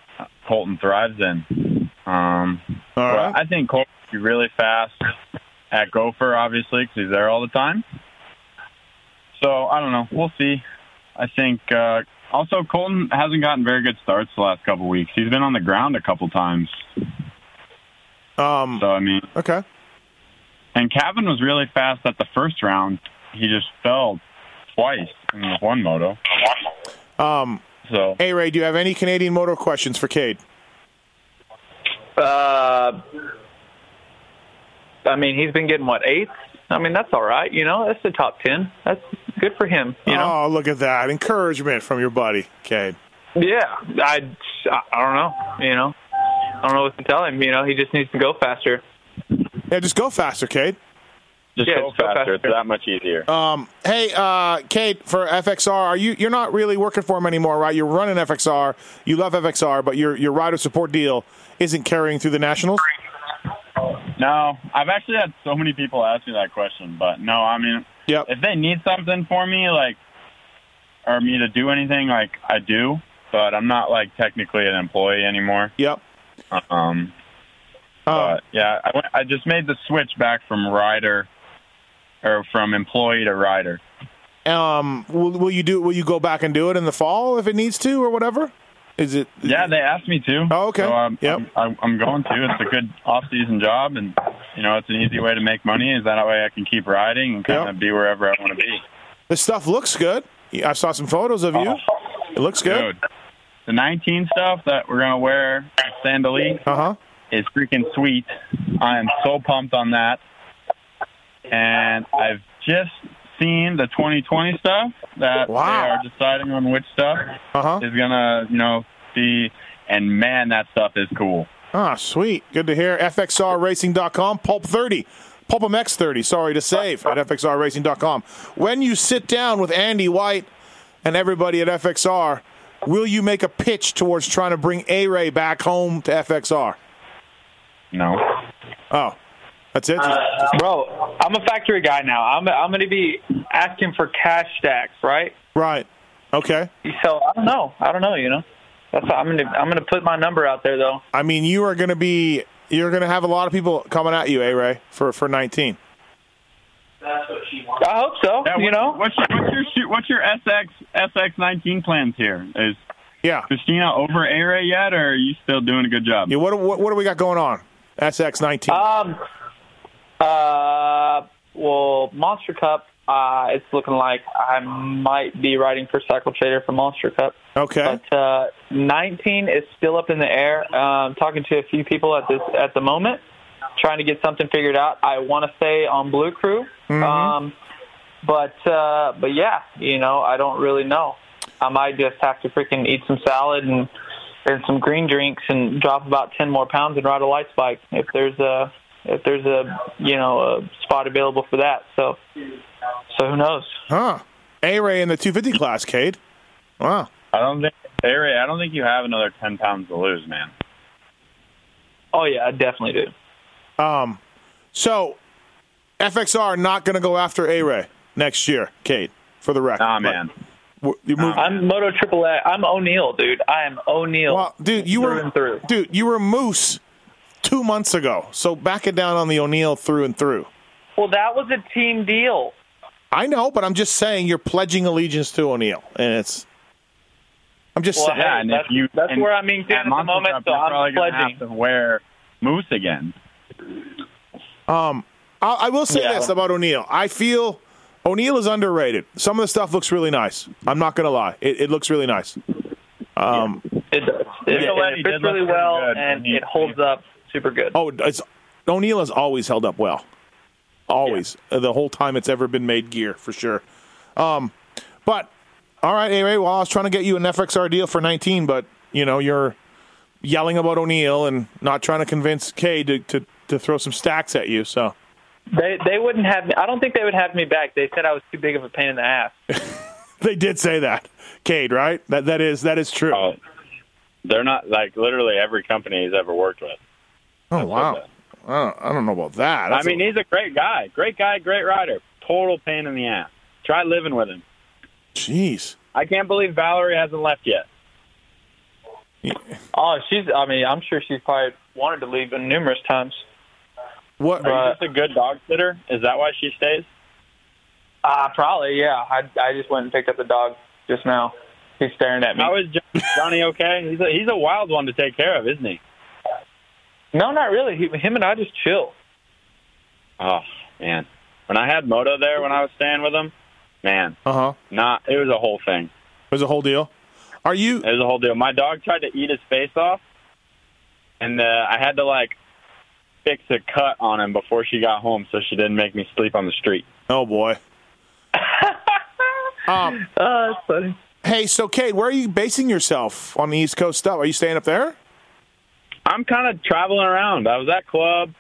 [SPEAKER 3] Colton thrives in. Um,
[SPEAKER 1] All
[SPEAKER 3] well,
[SPEAKER 1] right.
[SPEAKER 3] I think Colton would be really fast at Gopher, obviously, because he's there all the time. So I don't know. We'll see. I think. Uh, also, Colton hasn't gotten very good starts the last couple weeks. He's been on the ground a couple times.
[SPEAKER 1] Um.
[SPEAKER 3] So I mean,
[SPEAKER 1] Okay.
[SPEAKER 3] and Cavan was really fast at the first round. He just fell twice in the one moto.
[SPEAKER 1] Um.
[SPEAKER 3] So
[SPEAKER 1] A Ray, do you have any Canadian motor questions for Cade?
[SPEAKER 2] Uh, I mean, he's been getting what eighth. I mean, that's all right. You know, that's the top ten. That's good for him. You know.
[SPEAKER 1] Oh, look at that encouragement from your buddy, Cade.
[SPEAKER 2] Yeah, I, I don't know. You know, I don't know what to tell him. You know, he just needs to go faster.
[SPEAKER 1] Yeah, just go faster, Cade.
[SPEAKER 3] just
[SPEAKER 2] Yeah,
[SPEAKER 3] go
[SPEAKER 2] just go
[SPEAKER 3] faster. It's
[SPEAKER 2] faster.
[SPEAKER 3] that much easier.
[SPEAKER 1] Um, hey, uh, Kate, for FXR, are you you're not really working for him anymore, right? You're running FXR. You love FXR, but your your rider support deal isn't carrying through the Nationals.
[SPEAKER 3] No, I've actually had so many people ask me that question, but no, I mean,
[SPEAKER 1] Yep.
[SPEAKER 3] if they need something for me, like, or me to do anything, like, I do, but I'm not, like, technically an employee anymore.
[SPEAKER 1] Yep.
[SPEAKER 3] Um,
[SPEAKER 1] Uh,
[SPEAKER 3] but, yeah, I, went, I just made the switch back from rider, or from employee to rider.
[SPEAKER 1] Uh, um, will, will you do? Will you go back and do it in the fall if it needs to, or whatever? Is it?
[SPEAKER 3] Yeah, they asked me to.
[SPEAKER 1] Oh, okay.
[SPEAKER 3] So um, I'm,
[SPEAKER 1] Yep.
[SPEAKER 3] I'm, I'm going to. It's a good off-season job, and you know it's an easy way to make money. Is that way I can keep riding and kind
[SPEAKER 1] Yep.
[SPEAKER 3] of be wherever I want to be.
[SPEAKER 1] The stuff looks good. I saw some photos of you. It looks good.
[SPEAKER 3] Dude, the 19 stuff that we're gonna wear at Sandalee
[SPEAKER 1] Uh huh.
[SPEAKER 3] is freaking sweet. I am so pumped on that. And I've just seen the 2020 stuff that
[SPEAKER 1] Wow.
[SPEAKER 3] they are deciding on which stuff
[SPEAKER 1] Uh huh.
[SPEAKER 3] is gonna, you know, be. And man, that stuff is cool.
[SPEAKER 1] Ah, sweet. Good to hear. FXRRacing.com, Pulp 30, Pulp MX 30, sorry to save, at FXRRacing.com. When you sit down with Andy White and everybody at FXR, will you make a pitch towards trying to bring A Ray back home to FXR?
[SPEAKER 3] You know.
[SPEAKER 1] Oh, that's it?
[SPEAKER 2] Uh, Bro, I'm a factory guy now. I'm I'm going to be asking for cash stacks, right?
[SPEAKER 1] right. Okay.
[SPEAKER 2] So I don't know. I don't know. You know, that's I'm going to I'm going to put my number out there though.
[SPEAKER 1] I mean, you are going to be, you're going to have a lot of people coming at you, A Ray, for, for 19.
[SPEAKER 2] I hope so.
[SPEAKER 3] Yeah,
[SPEAKER 2] you
[SPEAKER 3] what-
[SPEAKER 2] know,
[SPEAKER 3] what's your, what's your shoot- what's your SX SX nineteen plans here? Is
[SPEAKER 1] Yeah.
[SPEAKER 3] Christina over A Ray yet, or are you still doing a good job?
[SPEAKER 1] yeah what, what, what do we got going on? SX19.
[SPEAKER 2] Um. Uh. Well, Monster Cup. Uh, it's looking like I might be riding for Cycle Trader for Monster Cup,
[SPEAKER 1] okay.
[SPEAKER 2] but uh, 19 is still up in the air. Um, talking to a few people at this at the moment, trying to get something figured out. I want to say on Blue Crew, um, but uh, but yeah, you know, I don't really know. I might just have to freaking eat some salad and and some green drinks and drop about 10 more pounds and ride a light spike if there's a if there's a you know a spot available for that. So so who knows?
[SPEAKER 1] Huh. A Ray in the 250 class, Cade. Wow.
[SPEAKER 3] I don't think A Ray. I don't think you have another ten pounds to lose, man.
[SPEAKER 2] Oh yeah, I definitely do.
[SPEAKER 1] So, FXR not going to go after A Ray next year, Cade, for the record.
[SPEAKER 3] Nah, man.
[SPEAKER 1] But You moved,
[SPEAKER 2] I'm Moto Triple A. I'm O'Neill, dude. I am O'Neill.
[SPEAKER 1] well, dude, you
[SPEAKER 2] through
[SPEAKER 1] were
[SPEAKER 2] and through.
[SPEAKER 1] dude, you were Moose two months ago. So back it down on the O'Neill through and through.
[SPEAKER 2] Well, that was a team deal.
[SPEAKER 1] I know, but I'm just saying you're pledging allegiance to O'Neill, and it's. I'm just
[SPEAKER 2] Well,
[SPEAKER 1] saying.
[SPEAKER 2] hey,
[SPEAKER 3] Yeah, and
[SPEAKER 2] that's-
[SPEAKER 3] if you
[SPEAKER 2] that's
[SPEAKER 3] and
[SPEAKER 2] where I'm being
[SPEAKER 3] at
[SPEAKER 2] down at the
[SPEAKER 3] Monster
[SPEAKER 2] moment,
[SPEAKER 3] Cup,
[SPEAKER 2] so
[SPEAKER 3] you're
[SPEAKER 2] I'm
[SPEAKER 3] probably gonna
[SPEAKER 2] pledging.
[SPEAKER 3] Have to wear moose again.
[SPEAKER 1] I, I will say
[SPEAKER 2] Yeah.
[SPEAKER 1] this about O'Neill. I feel O'Neill is underrated. Some of the stuff looks really nice. I'm not going to lie. It, it looks really nice. Um,
[SPEAKER 2] It does. It,
[SPEAKER 3] Yeah,
[SPEAKER 2] it
[SPEAKER 3] he
[SPEAKER 2] fits really
[SPEAKER 3] did look pretty
[SPEAKER 2] well,
[SPEAKER 3] good.
[SPEAKER 2] and
[SPEAKER 3] He-
[SPEAKER 2] it holds up super good.
[SPEAKER 1] Oh, it's O'Neill has always held up well, always Uh, the whole time it's ever been made gear for sure. Um, but all right, anyway, well, I was trying to get you an FXR deal for 19, but you know you're yelling about O'Neill and not trying to convince Kay to, to to throw some stacks at you. So <laughs>
[SPEAKER 2] They they wouldn't have me. I don't think they would have me back. They said I was too big of a pain in the ass.
[SPEAKER 1] they did say that, Cade, right? That that is that is true.
[SPEAKER 3] Oh, they're not like literally every company he's ever worked with.
[SPEAKER 1] Oh, wow. I don't, I don't know about that.
[SPEAKER 3] I
[SPEAKER 1] That's a-
[SPEAKER 3] mean, he's a great guy, great guy, great rider. Total pain in the ass. Try living with him.
[SPEAKER 1] jeez.
[SPEAKER 3] I can't believe Valerie hasn't left yet.
[SPEAKER 2] Oh, she's. I mean, I'm sure she's probably wanted to leave numerous times.
[SPEAKER 1] What?
[SPEAKER 3] Are
[SPEAKER 2] Right.
[SPEAKER 3] you just a good dog sitter? Is that why she stays?
[SPEAKER 2] Uh, probably, yeah. I, I just went and picked up the dog just now. He's staring at me.
[SPEAKER 3] How is Jo- Johnny okay? He's a, he's a wild one to take care of, isn't he?
[SPEAKER 2] No, not really. He, him and I just chill.
[SPEAKER 3] Oh man, when I had Moto there when I was staying with him, man,
[SPEAKER 1] Uh huh.
[SPEAKER 3] not it was a whole thing.
[SPEAKER 1] There's a whole deal. Are you?
[SPEAKER 3] It was a whole deal. My dog tried to eat his face off, and uh, I had to like fix a cut on him before she got home, so she didn't make me sleep on the street.
[SPEAKER 1] Oh boy. <laughs> um.
[SPEAKER 2] Uh, that's funny.
[SPEAKER 1] Hey, so Kate, where are you basing yourself on the East Coast stuff? Are you staying up there?
[SPEAKER 3] I'm kind of traveling around. I was at club,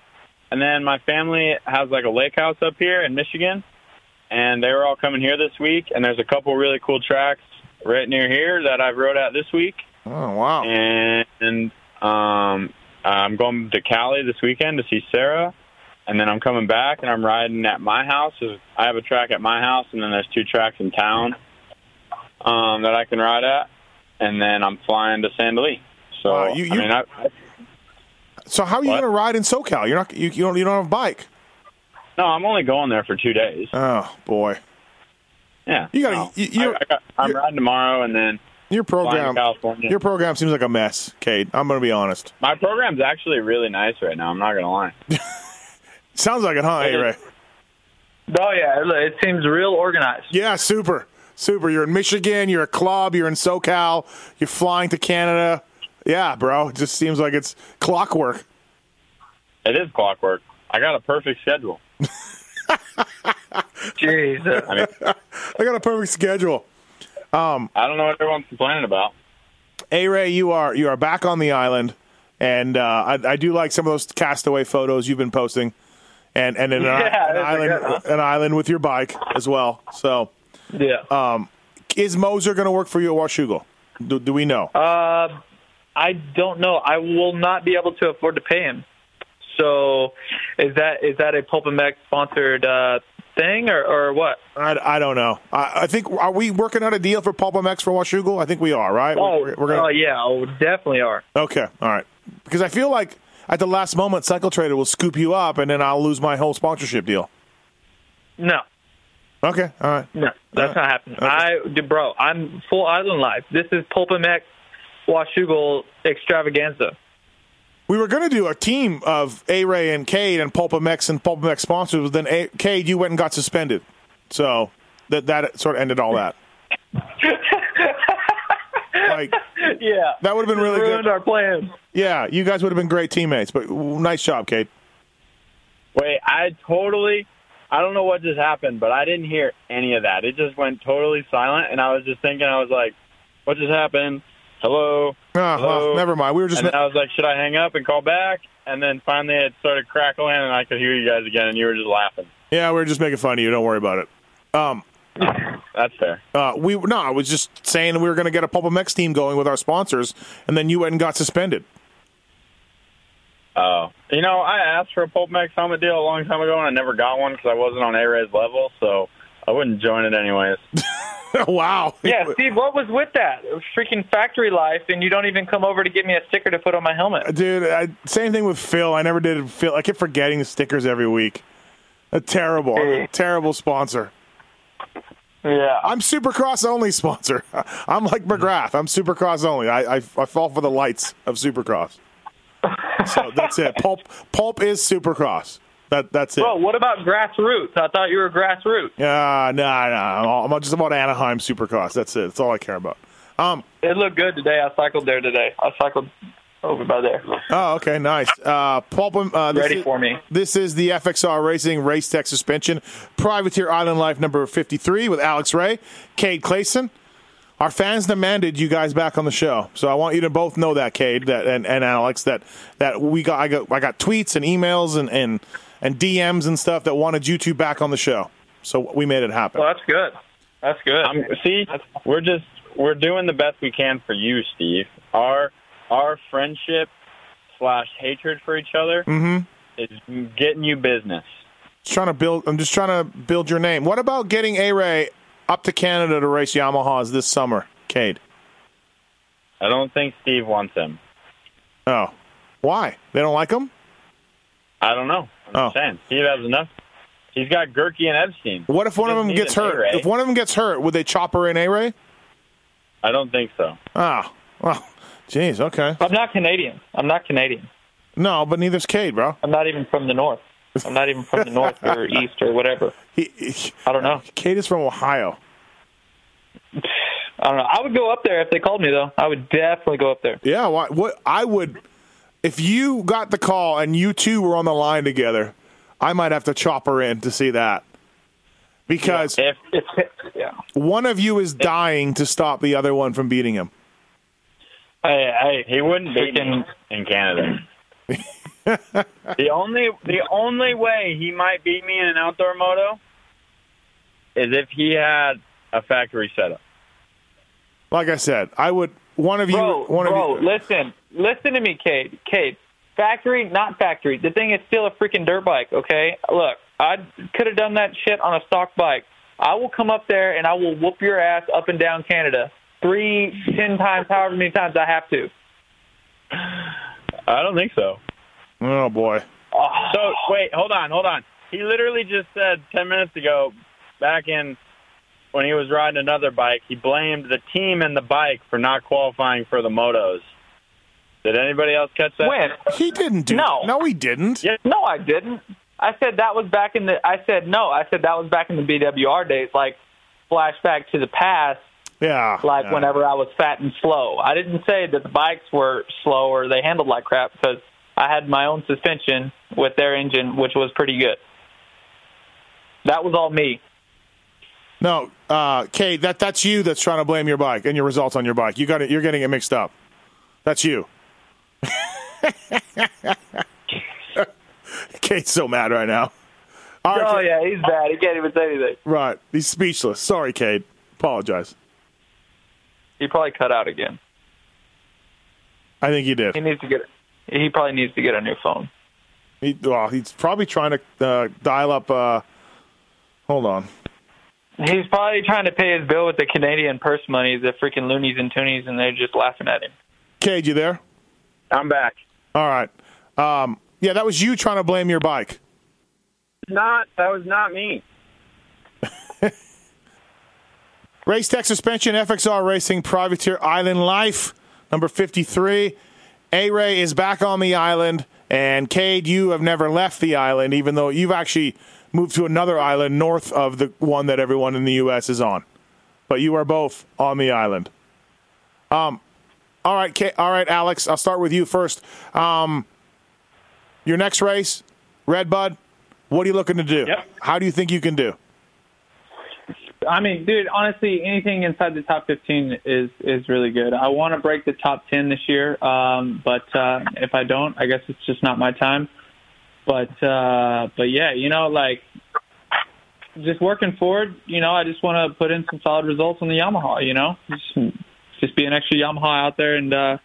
[SPEAKER 3] and then my family has like a lake house up here in Michigan, and they were all coming here this week. And there's a couple really cool tracks right near here that I've rode at this week,
[SPEAKER 1] Oh wow.
[SPEAKER 3] and um, I'm going to Cali this weekend to see Sarah. And then I'm coming back, and I'm riding at my house. I have a track at my house, and then there's two tracks in town um, that I can ride at. And then I'm flying to Sandalee. So
[SPEAKER 1] Wow, you- you-
[SPEAKER 3] I mean, I, I
[SPEAKER 1] So how are you
[SPEAKER 3] What?
[SPEAKER 1] going to ride in SoCal? You're not. You, you don't. You don't have a bike.
[SPEAKER 3] No, I'm only going there for two days.
[SPEAKER 1] Oh boy.
[SPEAKER 3] Yeah,
[SPEAKER 1] You gotta-
[SPEAKER 3] No.
[SPEAKER 1] you- you-
[SPEAKER 3] I, I got, I'm
[SPEAKER 1] you-
[SPEAKER 3] riding tomorrow, and then
[SPEAKER 1] Your
[SPEAKER 3] flying
[SPEAKER 1] program,
[SPEAKER 3] to California.
[SPEAKER 1] your program seems like a mess, Cade. I'm going to be honest.
[SPEAKER 3] My program's actually really nice right now. I'm not gonna lie.
[SPEAKER 1] Sounds like it, huh?
[SPEAKER 3] It
[SPEAKER 1] Hey,
[SPEAKER 3] is.
[SPEAKER 1] Ray.
[SPEAKER 2] Oh yeah, it, it seems real organized.
[SPEAKER 1] Yeah, super, super. You're in Michigan. You're a club. You're in SoCal. You're flying to Canada. Yeah, bro. It just seems like it's clockwork.
[SPEAKER 3] It is clockwork. I got a perfect schedule.
[SPEAKER 2] Jeez, uh,
[SPEAKER 3] I mean,
[SPEAKER 1] I got a perfect schedule.
[SPEAKER 3] I don't know what everyone's complaining about.
[SPEAKER 1] Hey Ray, you are you are back on the island, and uh, I, I do like some of those castaway photos you've been posting, and and an,
[SPEAKER 2] <laughs> Yeah,
[SPEAKER 1] an
[SPEAKER 2] that's a
[SPEAKER 1] island
[SPEAKER 2] good one.
[SPEAKER 1] an island with your bike as well. So
[SPEAKER 2] yeah.
[SPEAKER 1] is Moser going to work for you at Washugal? Do, do we know?
[SPEAKER 2] Uh, I don't know. I will not be able to afford to pay him. So, is that is that a Pulp and Mac sponsored uh, thing or, or what?
[SPEAKER 1] I, I don't know. I, I think are we working out a deal for Pulp MX for Washugal? I think we are, right?
[SPEAKER 2] Oh,
[SPEAKER 1] we're, we're gonna-
[SPEAKER 2] oh yeah, oh definitely are.
[SPEAKER 1] Okay, all right. Because I feel like at the last moment, Cycle Trader will scoop you up, and then I'll lose my whole sponsorship deal.
[SPEAKER 2] No,
[SPEAKER 1] Okay, all right.
[SPEAKER 2] no, that's
[SPEAKER 1] Uh,
[SPEAKER 2] not happening.
[SPEAKER 1] okay.
[SPEAKER 2] I, dude, bro, I'm full island life. This is Pulp and Mac Washugal extravaganza. <laughs>
[SPEAKER 1] We were going to do a team of A Ray and Cade and Pulpamex and Pulpamex sponsors, but then a- Cade, you went and got suspended. So that that sort of ended all that. like
[SPEAKER 2] yeah,
[SPEAKER 1] that would have been really
[SPEAKER 2] ruined
[SPEAKER 1] good.
[SPEAKER 2] our plans.
[SPEAKER 1] Yeah, you guys would have been great teammates. But w- nice job, Cade.
[SPEAKER 3] Wait, I totally. I don't know what just happened, but I didn't hear any of that. It just went totally silent, and I was just thinking, I was like, "What just happened? Hello."
[SPEAKER 1] Ah, well,
[SPEAKER 3] Hello?
[SPEAKER 1] never mind. We were just
[SPEAKER 3] And then I was like, "Should I hang up and call back?" And then finally, it started crackling, and I could hear you guys again, and you were just laughing.
[SPEAKER 1] yeah, we were just making fun of you. Don't worry about it.
[SPEAKER 3] That's fair.
[SPEAKER 1] Uh, we no, I was just saying we were going to get a Pulpamex team going with our sponsors, and then you went and got suspended. <laughs>
[SPEAKER 3] Oh, you know, I asked for a Pulp Max helmet deal a long time ago, and I never got one because I wasn't on A Ray's level, so I wouldn't join it anyways.
[SPEAKER 1] wow.
[SPEAKER 2] Yeah, Steve, what was with that? Freaking factory life, and you don't even come over to give me a sticker to put on my helmet.
[SPEAKER 1] dude. I, same thing with Phil. I never did Phil. I kept forgetting the stickers every week. A terrible,
[SPEAKER 2] Hey.
[SPEAKER 1] terrible sponsor.
[SPEAKER 2] Yeah.
[SPEAKER 1] I'm Supercross only sponsor. <laughs> I'm like McGrath. I'm Supercross only. I, I, I fall for the lights of Supercross. So that's it. Pulp pulp is Supercross. That that's it.
[SPEAKER 2] Bro, what about grassroots? I thought you were grassroots.
[SPEAKER 1] Yeah, no, no. Ah, I'm, all, I'm just about Anaheim Supercross. That's it. That's all I care about. Um.
[SPEAKER 2] It looked good today. I cycled there today. I cycled over by there.
[SPEAKER 1] Oh, okay, nice. Uh, pulp. Uh, this
[SPEAKER 2] Ready
[SPEAKER 1] is-
[SPEAKER 2] for me.
[SPEAKER 1] This is the FXR Racing Race Tech Suspension Privateer Island Life number 53 with Alex Ray, Cade Clayson. Our fans demanded you guys back on the show, so I want you to both know that, Cade, that and, and Alex, that that we got I got I got tweets and emails and and and DMs and stuff that wanted you two back on the show. So we made it happen.
[SPEAKER 2] Well, Oh, that's good. That's good.
[SPEAKER 3] I'm, see, we're just we're doing the best we can for you, Steve. Our our friendship slash hatred for each other is getting you business.
[SPEAKER 1] Just trying to build. I'm just trying to build your name. What about getting A Ray up to Canada to race Yamahas this summer, Cade?
[SPEAKER 3] I don't think Steve wants him.
[SPEAKER 1] Oh, why? They don't like him.
[SPEAKER 3] I don't know. I'm just
[SPEAKER 1] Oh.
[SPEAKER 3] saying Steve has enough. He's got Gurky and Epstein.
[SPEAKER 1] What if one of
[SPEAKER 3] Just
[SPEAKER 1] them
[SPEAKER 3] need
[SPEAKER 1] gets
[SPEAKER 3] an
[SPEAKER 1] hurt?
[SPEAKER 3] A-ray.
[SPEAKER 1] If one of them gets hurt, would they chop her in A Ray?
[SPEAKER 3] I don't think so.
[SPEAKER 1] Ah, well, jeez, okay.
[SPEAKER 2] I'm not Canadian. I'm not Canadian.
[SPEAKER 1] No, but neither's Cade, bro.
[SPEAKER 2] I'm not even from the north. I'm not even from the north
[SPEAKER 3] <laughs>
[SPEAKER 2] or east or whatever.
[SPEAKER 1] He, he,
[SPEAKER 2] I don't know.
[SPEAKER 1] Cade is from Ohio.
[SPEAKER 2] I don't know. I would go up there if they called me though. I would definitely go up there.
[SPEAKER 1] Yeah, why, what I would, if you got the call and you two were on the line together, I might have to chop her in to see that because
[SPEAKER 3] If
[SPEAKER 2] It's yeah.
[SPEAKER 1] one of you is dying to stop the other one from beating him.
[SPEAKER 3] Hey, hey, he wouldn't beat
[SPEAKER 2] Freaking-
[SPEAKER 3] me in Canada. the only the only way he might beat me in an outdoor moto is if he had a factory setup.
[SPEAKER 1] Like I said, I would one of you,
[SPEAKER 2] Bro,
[SPEAKER 1] one
[SPEAKER 2] bro,
[SPEAKER 1] of you.
[SPEAKER 2] listen, listen to me, Cade. Cade, factory, not factory. The thing is still a freaking dirt bike. Okay, look, I could have done that shit on a stock bike. I will come up there and I will whoop your ass up and down Canada three, ten times, however many times I have to.
[SPEAKER 3] I don't think so.
[SPEAKER 1] Oh boy.
[SPEAKER 3] So wait, hold on, hold on. He literally just said ten minutes ago, back in when he was riding another bike, he blamed the team and the bike for not qualifying for the motos. Did anybody else catch that?
[SPEAKER 2] When?
[SPEAKER 1] He didn't do
[SPEAKER 2] No.
[SPEAKER 1] No, he didn't.
[SPEAKER 3] Yeah.
[SPEAKER 2] No, I didn't. I said that was back in the. I said no. I said that was back in the BWR days, like flashback to the past,
[SPEAKER 1] Yeah.
[SPEAKER 2] like
[SPEAKER 1] yeah.
[SPEAKER 2] whenever I was fat and slow. I didn't say that the bikes were slow or they handled like crap because I had my own suspension with their engine, which was pretty good. That was all me.
[SPEAKER 1] No, uh, Kay, that that's you that's trying to blame your bike and your results on your bike. You got it. You're getting it mixed up. That's you. <laughs> Kate's so mad right now. All right,
[SPEAKER 2] Oh
[SPEAKER 1] Kay-
[SPEAKER 2] yeah, he's bad. He can't even say anything.
[SPEAKER 1] right. He's speechless. Sorry, Kate. Apologize.
[SPEAKER 2] He probably cut out again.
[SPEAKER 1] I think he
[SPEAKER 2] He
[SPEAKER 1] did.
[SPEAKER 2] needs to get. He probably needs to get a new phone.
[SPEAKER 1] He, well, he's probably trying to uh, dial up. Uh, hold on.
[SPEAKER 2] He's probably trying to pay his bill with the Canadian purse money, the freaking loonies and toonies, and they're just laughing at him.
[SPEAKER 1] Kate, you there?
[SPEAKER 3] I'm back.
[SPEAKER 1] All right. Um, yeah, that was you trying to blame your bike.
[SPEAKER 3] Not that was not me.
[SPEAKER 1] Race Tech Suspension, FXR Racing, Privateer Island Life, number 53. A Ray is back on the island, and Cade, you have never left the island, even though you've actually moved to another island north of the one that everyone in the U.S. is on. But you are both on the island. Um, all right, Kay, all right, Alex. I'll start with you first. Um, your next race, Red Bud. What are you looking to do?
[SPEAKER 3] Yep.
[SPEAKER 1] How do you think you can do?
[SPEAKER 2] I mean, dude, honestly, anything inside the top 15 is is really good. I want to break the top 10 this year, um, but uh, if I don't, I guess it's just not my time. But uh, but yeah, you know, like just working forward. You know, I just want to put in some solid results on the Yamaha. You know, just, just be an extra Yamaha out there and uh,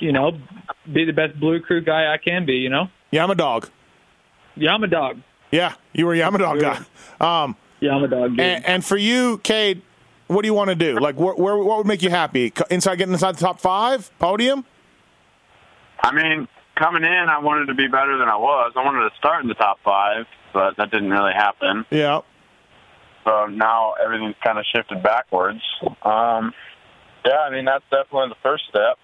[SPEAKER 2] you know be the best Blue Crew guy I can be. You know,
[SPEAKER 1] Yama dog.
[SPEAKER 2] Yama dog,
[SPEAKER 1] Yeah, you were a Yamadog guy. Um,
[SPEAKER 2] Yama dog, dude.
[SPEAKER 1] and, and for you, Cade, what do you want to do? Like, where, where what would make you happy? Co- Inside, getting inside the top five, podium.
[SPEAKER 3] I mean, coming in, I wanted to be better than I was. I wanted to start in the top five, but that didn't really happen.
[SPEAKER 1] Yeah,
[SPEAKER 3] So now everything's kind of shifted backwards. Um, yeah, I mean that's definitely the first step.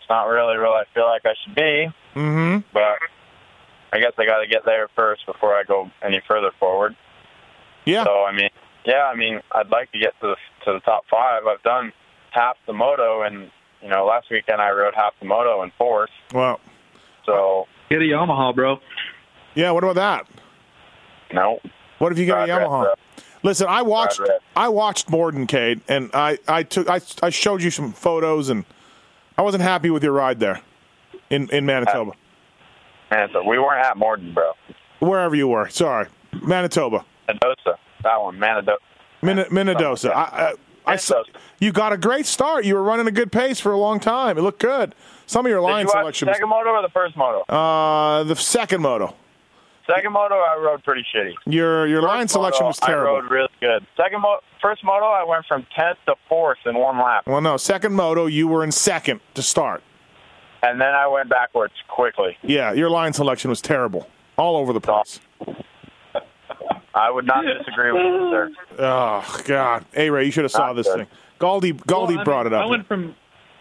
[SPEAKER 3] It's not really where I feel like I should be,
[SPEAKER 1] hmm
[SPEAKER 3] but I guess I got to get there first before I go any further forward.
[SPEAKER 1] yeah,
[SPEAKER 3] So I mean, yeah, I mean, I'd like to get to the to the top five. I've done half the moto, and you know, last weekend I rode half the moto in fourth.
[SPEAKER 1] well,
[SPEAKER 3] So
[SPEAKER 2] Get a Yamaha, bro.
[SPEAKER 1] yeah. What about that?
[SPEAKER 3] no,
[SPEAKER 1] What if you get a
[SPEAKER 3] Progress,
[SPEAKER 1] Yamaha?
[SPEAKER 3] bro.
[SPEAKER 1] Listen, I watched
[SPEAKER 3] Progress.
[SPEAKER 1] I watched Morden, Cade, and I I took I I showed you some photos, and I wasn't happy with your ride there in in Manitoba,
[SPEAKER 3] man, so we weren't at Morden, bro.
[SPEAKER 1] wherever you were. Sorry, Manitoba,
[SPEAKER 3] Mendoza, that one, Manado.
[SPEAKER 1] Min- Minnedosa. I, I, I s-
[SPEAKER 3] Minnedosa.
[SPEAKER 1] you got a great start. You were running a good pace for a long time. It looked good. Some of your
[SPEAKER 3] Did
[SPEAKER 1] line
[SPEAKER 3] you watch
[SPEAKER 1] selection
[SPEAKER 3] the
[SPEAKER 1] was
[SPEAKER 3] second moto or the first moto?
[SPEAKER 1] Uh, the second moto.
[SPEAKER 3] Second moto, I rode pretty shitty.
[SPEAKER 1] Your your line
[SPEAKER 3] First
[SPEAKER 1] selection
[SPEAKER 3] moto,
[SPEAKER 1] was
[SPEAKER 3] I
[SPEAKER 1] terrible.
[SPEAKER 3] rode really good. Second mo- first moto, I went from tenth to fourth in one lap,
[SPEAKER 1] Well, no, second moto you were in second to start.
[SPEAKER 3] and then I went backwards quickly.
[SPEAKER 1] Yeah, your line selection was terrible, all over the place.
[SPEAKER 3] I would not disagree with you, sir.
[SPEAKER 2] Uh,
[SPEAKER 1] Oh God, A Ray, you should have saw
[SPEAKER 3] Not
[SPEAKER 1] this
[SPEAKER 3] good.
[SPEAKER 1] thing. Galdi Galdi
[SPEAKER 2] Well, I
[SPEAKER 1] brought
[SPEAKER 2] mean,
[SPEAKER 1] it up.
[SPEAKER 2] I went from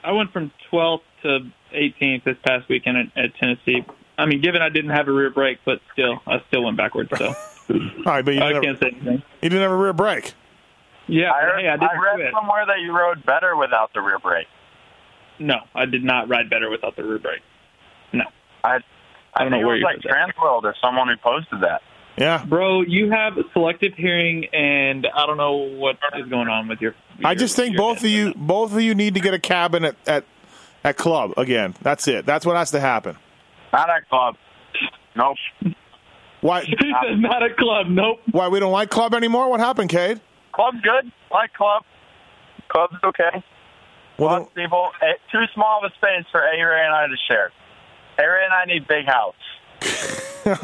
[SPEAKER 2] I went from 12th to 18th this past weekend at, at Tennessee. I mean, given I didn't have a rear brake, but still, I still went backwards.
[SPEAKER 1] <laughs>
[SPEAKER 2] So
[SPEAKER 1] all right, but you
[SPEAKER 2] I
[SPEAKER 1] didn't,
[SPEAKER 2] can't
[SPEAKER 1] have,
[SPEAKER 2] say anything.
[SPEAKER 1] you didn't have a rear brake.
[SPEAKER 2] Yeah, but
[SPEAKER 3] I, heard,
[SPEAKER 2] hey, I
[SPEAKER 3] I
[SPEAKER 2] didn't
[SPEAKER 3] read
[SPEAKER 2] quit.
[SPEAKER 3] somewhere that you rode better without the rear brake.
[SPEAKER 2] No, I did not ride better without the rear brake. No,
[SPEAKER 3] I, I,
[SPEAKER 2] I don't
[SPEAKER 3] think
[SPEAKER 2] know where
[SPEAKER 3] it
[SPEAKER 2] you
[SPEAKER 3] was like
[SPEAKER 2] heard that.
[SPEAKER 3] Transworld or someone who posted that.
[SPEAKER 1] Yeah,
[SPEAKER 2] bro, you have selective hearing, and I don't know what is going on with your.
[SPEAKER 1] I
[SPEAKER 2] your-
[SPEAKER 1] just think
[SPEAKER 2] your
[SPEAKER 1] both of you
[SPEAKER 2] headset.
[SPEAKER 1] both of you need to get a cabin at at, at club again. That's it. That's what has to happen.
[SPEAKER 3] Not at club. Nope.
[SPEAKER 1] Why
[SPEAKER 2] <laughs> He says not a club. Nope.
[SPEAKER 1] why we don't like club anymore? What happened, Cade?
[SPEAKER 3] Club's good. Like club. Club's okay.
[SPEAKER 1] Well,
[SPEAKER 3] Lots of people. eh, too small of a space for A Ray and I to share. A Ray and I need big house.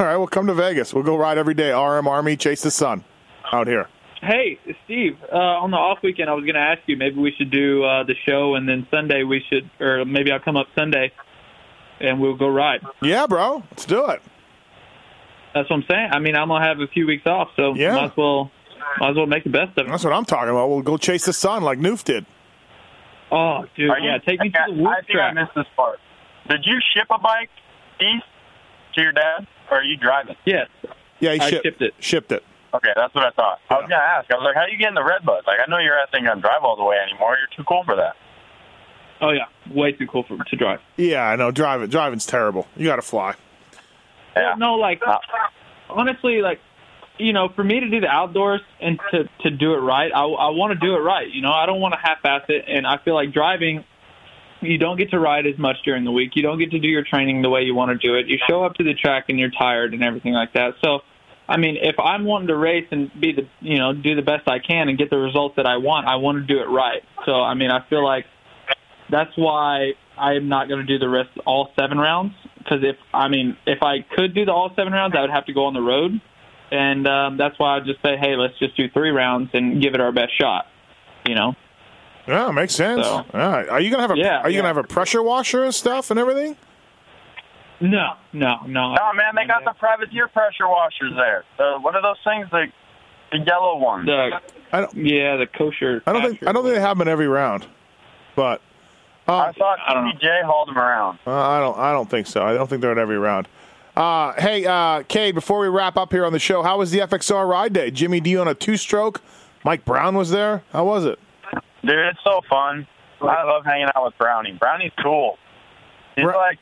[SPEAKER 1] <laughs> All right, we'll come to Vegas. We'll go ride every day. RM Army, chase the sun out here.
[SPEAKER 2] Hey, Steve, uh, on the off weekend, I was going to ask you maybe we should do uh, the show, and then Sunday we should, or maybe I'll come up Sunday and we'll go ride.
[SPEAKER 1] Yeah, bro, let's do it.
[SPEAKER 2] That's what I'm saying. I mean, I'm going to have a few weeks off, so
[SPEAKER 1] Yeah.
[SPEAKER 2] might as well might as well make the best of it.
[SPEAKER 1] That's what I'm talking about. We'll go chase the sun like Noof did.
[SPEAKER 2] Oh, dude,
[SPEAKER 3] Are you-
[SPEAKER 2] yeah, take me
[SPEAKER 3] I-
[SPEAKER 2] to the wolf
[SPEAKER 3] I think
[SPEAKER 2] track.
[SPEAKER 3] I missed this part. Did you ship a bike east to your dad, or are you driving?
[SPEAKER 2] yes,
[SPEAKER 1] Yeah, he
[SPEAKER 2] I
[SPEAKER 1] shipped,
[SPEAKER 2] shipped it.
[SPEAKER 1] Shipped it.
[SPEAKER 3] Okay, that's what I thought. I was gonna ask. I was like, "How you getting the red bus?" Like, I know your ass ain't gonna drive all the way anymore. You're too cool for that.
[SPEAKER 2] oh yeah, way too cool for to drive.
[SPEAKER 1] Yeah, I know. Driving, driving's terrible. You got to fly.
[SPEAKER 3] Yeah.
[SPEAKER 2] Well, no, like
[SPEAKER 3] Uh,
[SPEAKER 2] honestly, like you know, for me to do the outdoors and to to do it right, I I want to do it right. You know, I don't want to half-ass it, and I feel like driving. You don't get to ride as much during the week. You don't get to do your training the way you want to do it. You show up to the track and you're tired and everything like that. So, I mean, if I'm wanting to race and be the, you know, do the best I can and get the results that I want, I want to do it right. So, I mean, I feel like that's why I am not going to do the rest all seven rounds. Because if I mean, if I could do the all seven rounds, I would have to go on the road, and um, that's why I just say, hey, let's just do three rounds and give it our best shot. You know?
[SPEAKER 1] Yeah, makes sense.
[SPEAKER 2] So-
[SPEAKER 1] All right. Are you gonna have a
[SPEAKER 2] Yeah,
[SPEAKER 1] Are you
[SPEAKER 2] yeah.
[SPEAKER 1] gonna have a pressure washer and stuff and everything?
[SPEAKER 2] No, no, no.
[SPEAKER 3] no, man, they got the privateer pressure washers there. The, what are those things? The the yellow ones.
[SPEAKER 2] the
[SPEAKER 1] I don't.
[SPEAKER 2] yeah the kosher.
[SPEAKER 1] I don't think. I don't think they have them in every round. But
[SPEAKER 3] I thought
[SPEAKER 2] I don't know.
[SPEAKER 3] TJ hauled them around.
[SPEAKER 1] Uh, I don't. I don't think so. I don't think they're in every round. Uh, hey, uh, Cade. Before we wrap up here on the show, how was the FXR ride day? Jimmy D on a two-stroke. Mike Brown was there. How was it?
[SPEAKER 3] Dude, it's so fun. I love hanging out with Brownie. Brownie's cool. He's
[SPEAKER 1] Bra-
[SPEAKER 3] like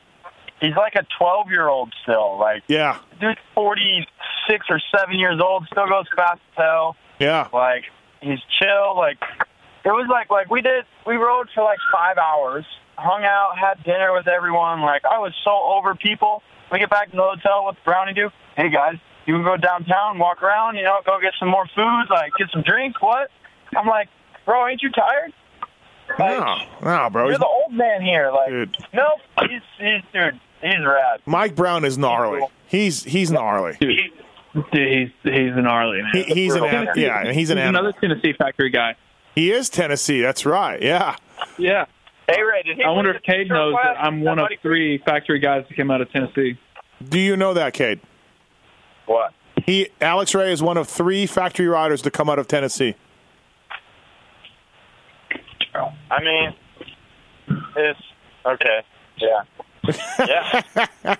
[SPEAKER 3] he's like a twelve year old still. Like
[SPEAKER 1] Yeah.
[SPEAKER 3] dude's forty six or seven years old, still goes fast as hell.
[SPEAKER 1] Yeah.
[SPEAKER 3] Like he's chill. Like it was like like we did we rode for like five hours, hung out, had dinner with everyone. Like I was so over people. We get back to the hotel. What's Brownie do? Hey guys, you can go downtown, walk around. You know, go get some more food. Like get some drinks. What? I'm like, bro, ain't you tired? Like,
[SPEAKER 1] No. No, bro.
[SPEAKER 3] You're
[SPEAKER 1] He's-
[SPEAKER 3] the old man here. Like,
[SPEAKER 1] Dude.
[SPEAKER 3] nope. He's, he's dude. He's rad.
[SPEAKER 1] Mike Brown is gnarly. He's he's gnarly.
[SPEAKER 2] Dude, dude, he's he's gnarly man.
[SPEAKER 1] He, he's an an
[SPEAKER 3] Tennessee-
[SPEAKER 1] yeah. He's an
[SPEAKER 2] another
[SPEAKER 1] animal.
[SPEAKER 2] Tennessee factory guy.
[SPEAKER 1] He is Tennessee. That's right. Yeah.
[SPEAKER 2] Yeah,
[SPEAKER 3] Hey Ray, did he
[SPEAKER 2] I wonder
[SPEAKER 3] win
[SPEAKER 2] if
[SPEAKER 3] the
[SPEAKER 2] Cade
[SPEAKER 3] T-shirt
[SPEAKER 2] knows that
[SPEAKER 3] quest?
[SPEAKER 2] I'm one of
[SPEAKER 3] Somebody-
[SPEAKER 2] three factory guys that came out of Tennessee.
[SPEAKER 1] Do you know that, Cade?
[SPEAKER 3] What?
[SPEAKER 1] He Alex Ray is one of three factory riders to come out of Tennessee.
[SPEAKER 3] I mean, it's okay. Yeah. yeah.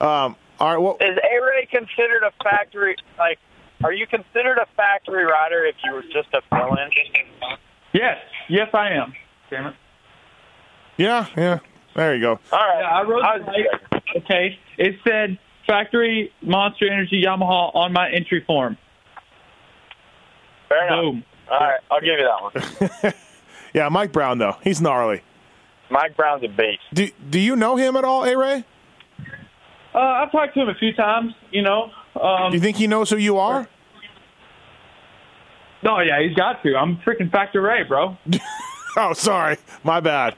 [SPEAKER 1] All right. Well,
[SPEAKER 3] Is A Ray considered a factory? Like, are you considered a factory rider if you were just a fill in?
[SPEAKER 2] Yes, yes, I am. Damn it.
[SPEAKER 1] yeah. Yeah. There you go.
[SPEAKER 3] All right.
[SPEAKER 2] Yeah, I wrote
[SPEAKER 3] was-
[SPEAKER 2] the bike. Okay, it said factory Monster Energy Yamaha on my entry form.
[SPEAKER 3] Fair enough.
[SPEAKER 2] Boom.
[SPEAKER 3] All right, I'll give you that one.
[SPEAKER 1] Yeah. Mike Brown though. He's gnarly.
[SPEAKER 3] Mike Brown's a beast.
[SPEAKER 1] Do Do you know him at all, A Ray?
[SPEAKER 2] Uh, I've talked to him a few times. You know. Um,
[SPEAKER 1] Do you think he knows who you are?
[SPEAKER 2] no, yeah, he's got to. I'm freaking factory Ray,
[SPEAKER 3] <laughs>
[SPEAKER 2] bro.
[SPEAKER 1] <laughs> Oh, sorry. My bad.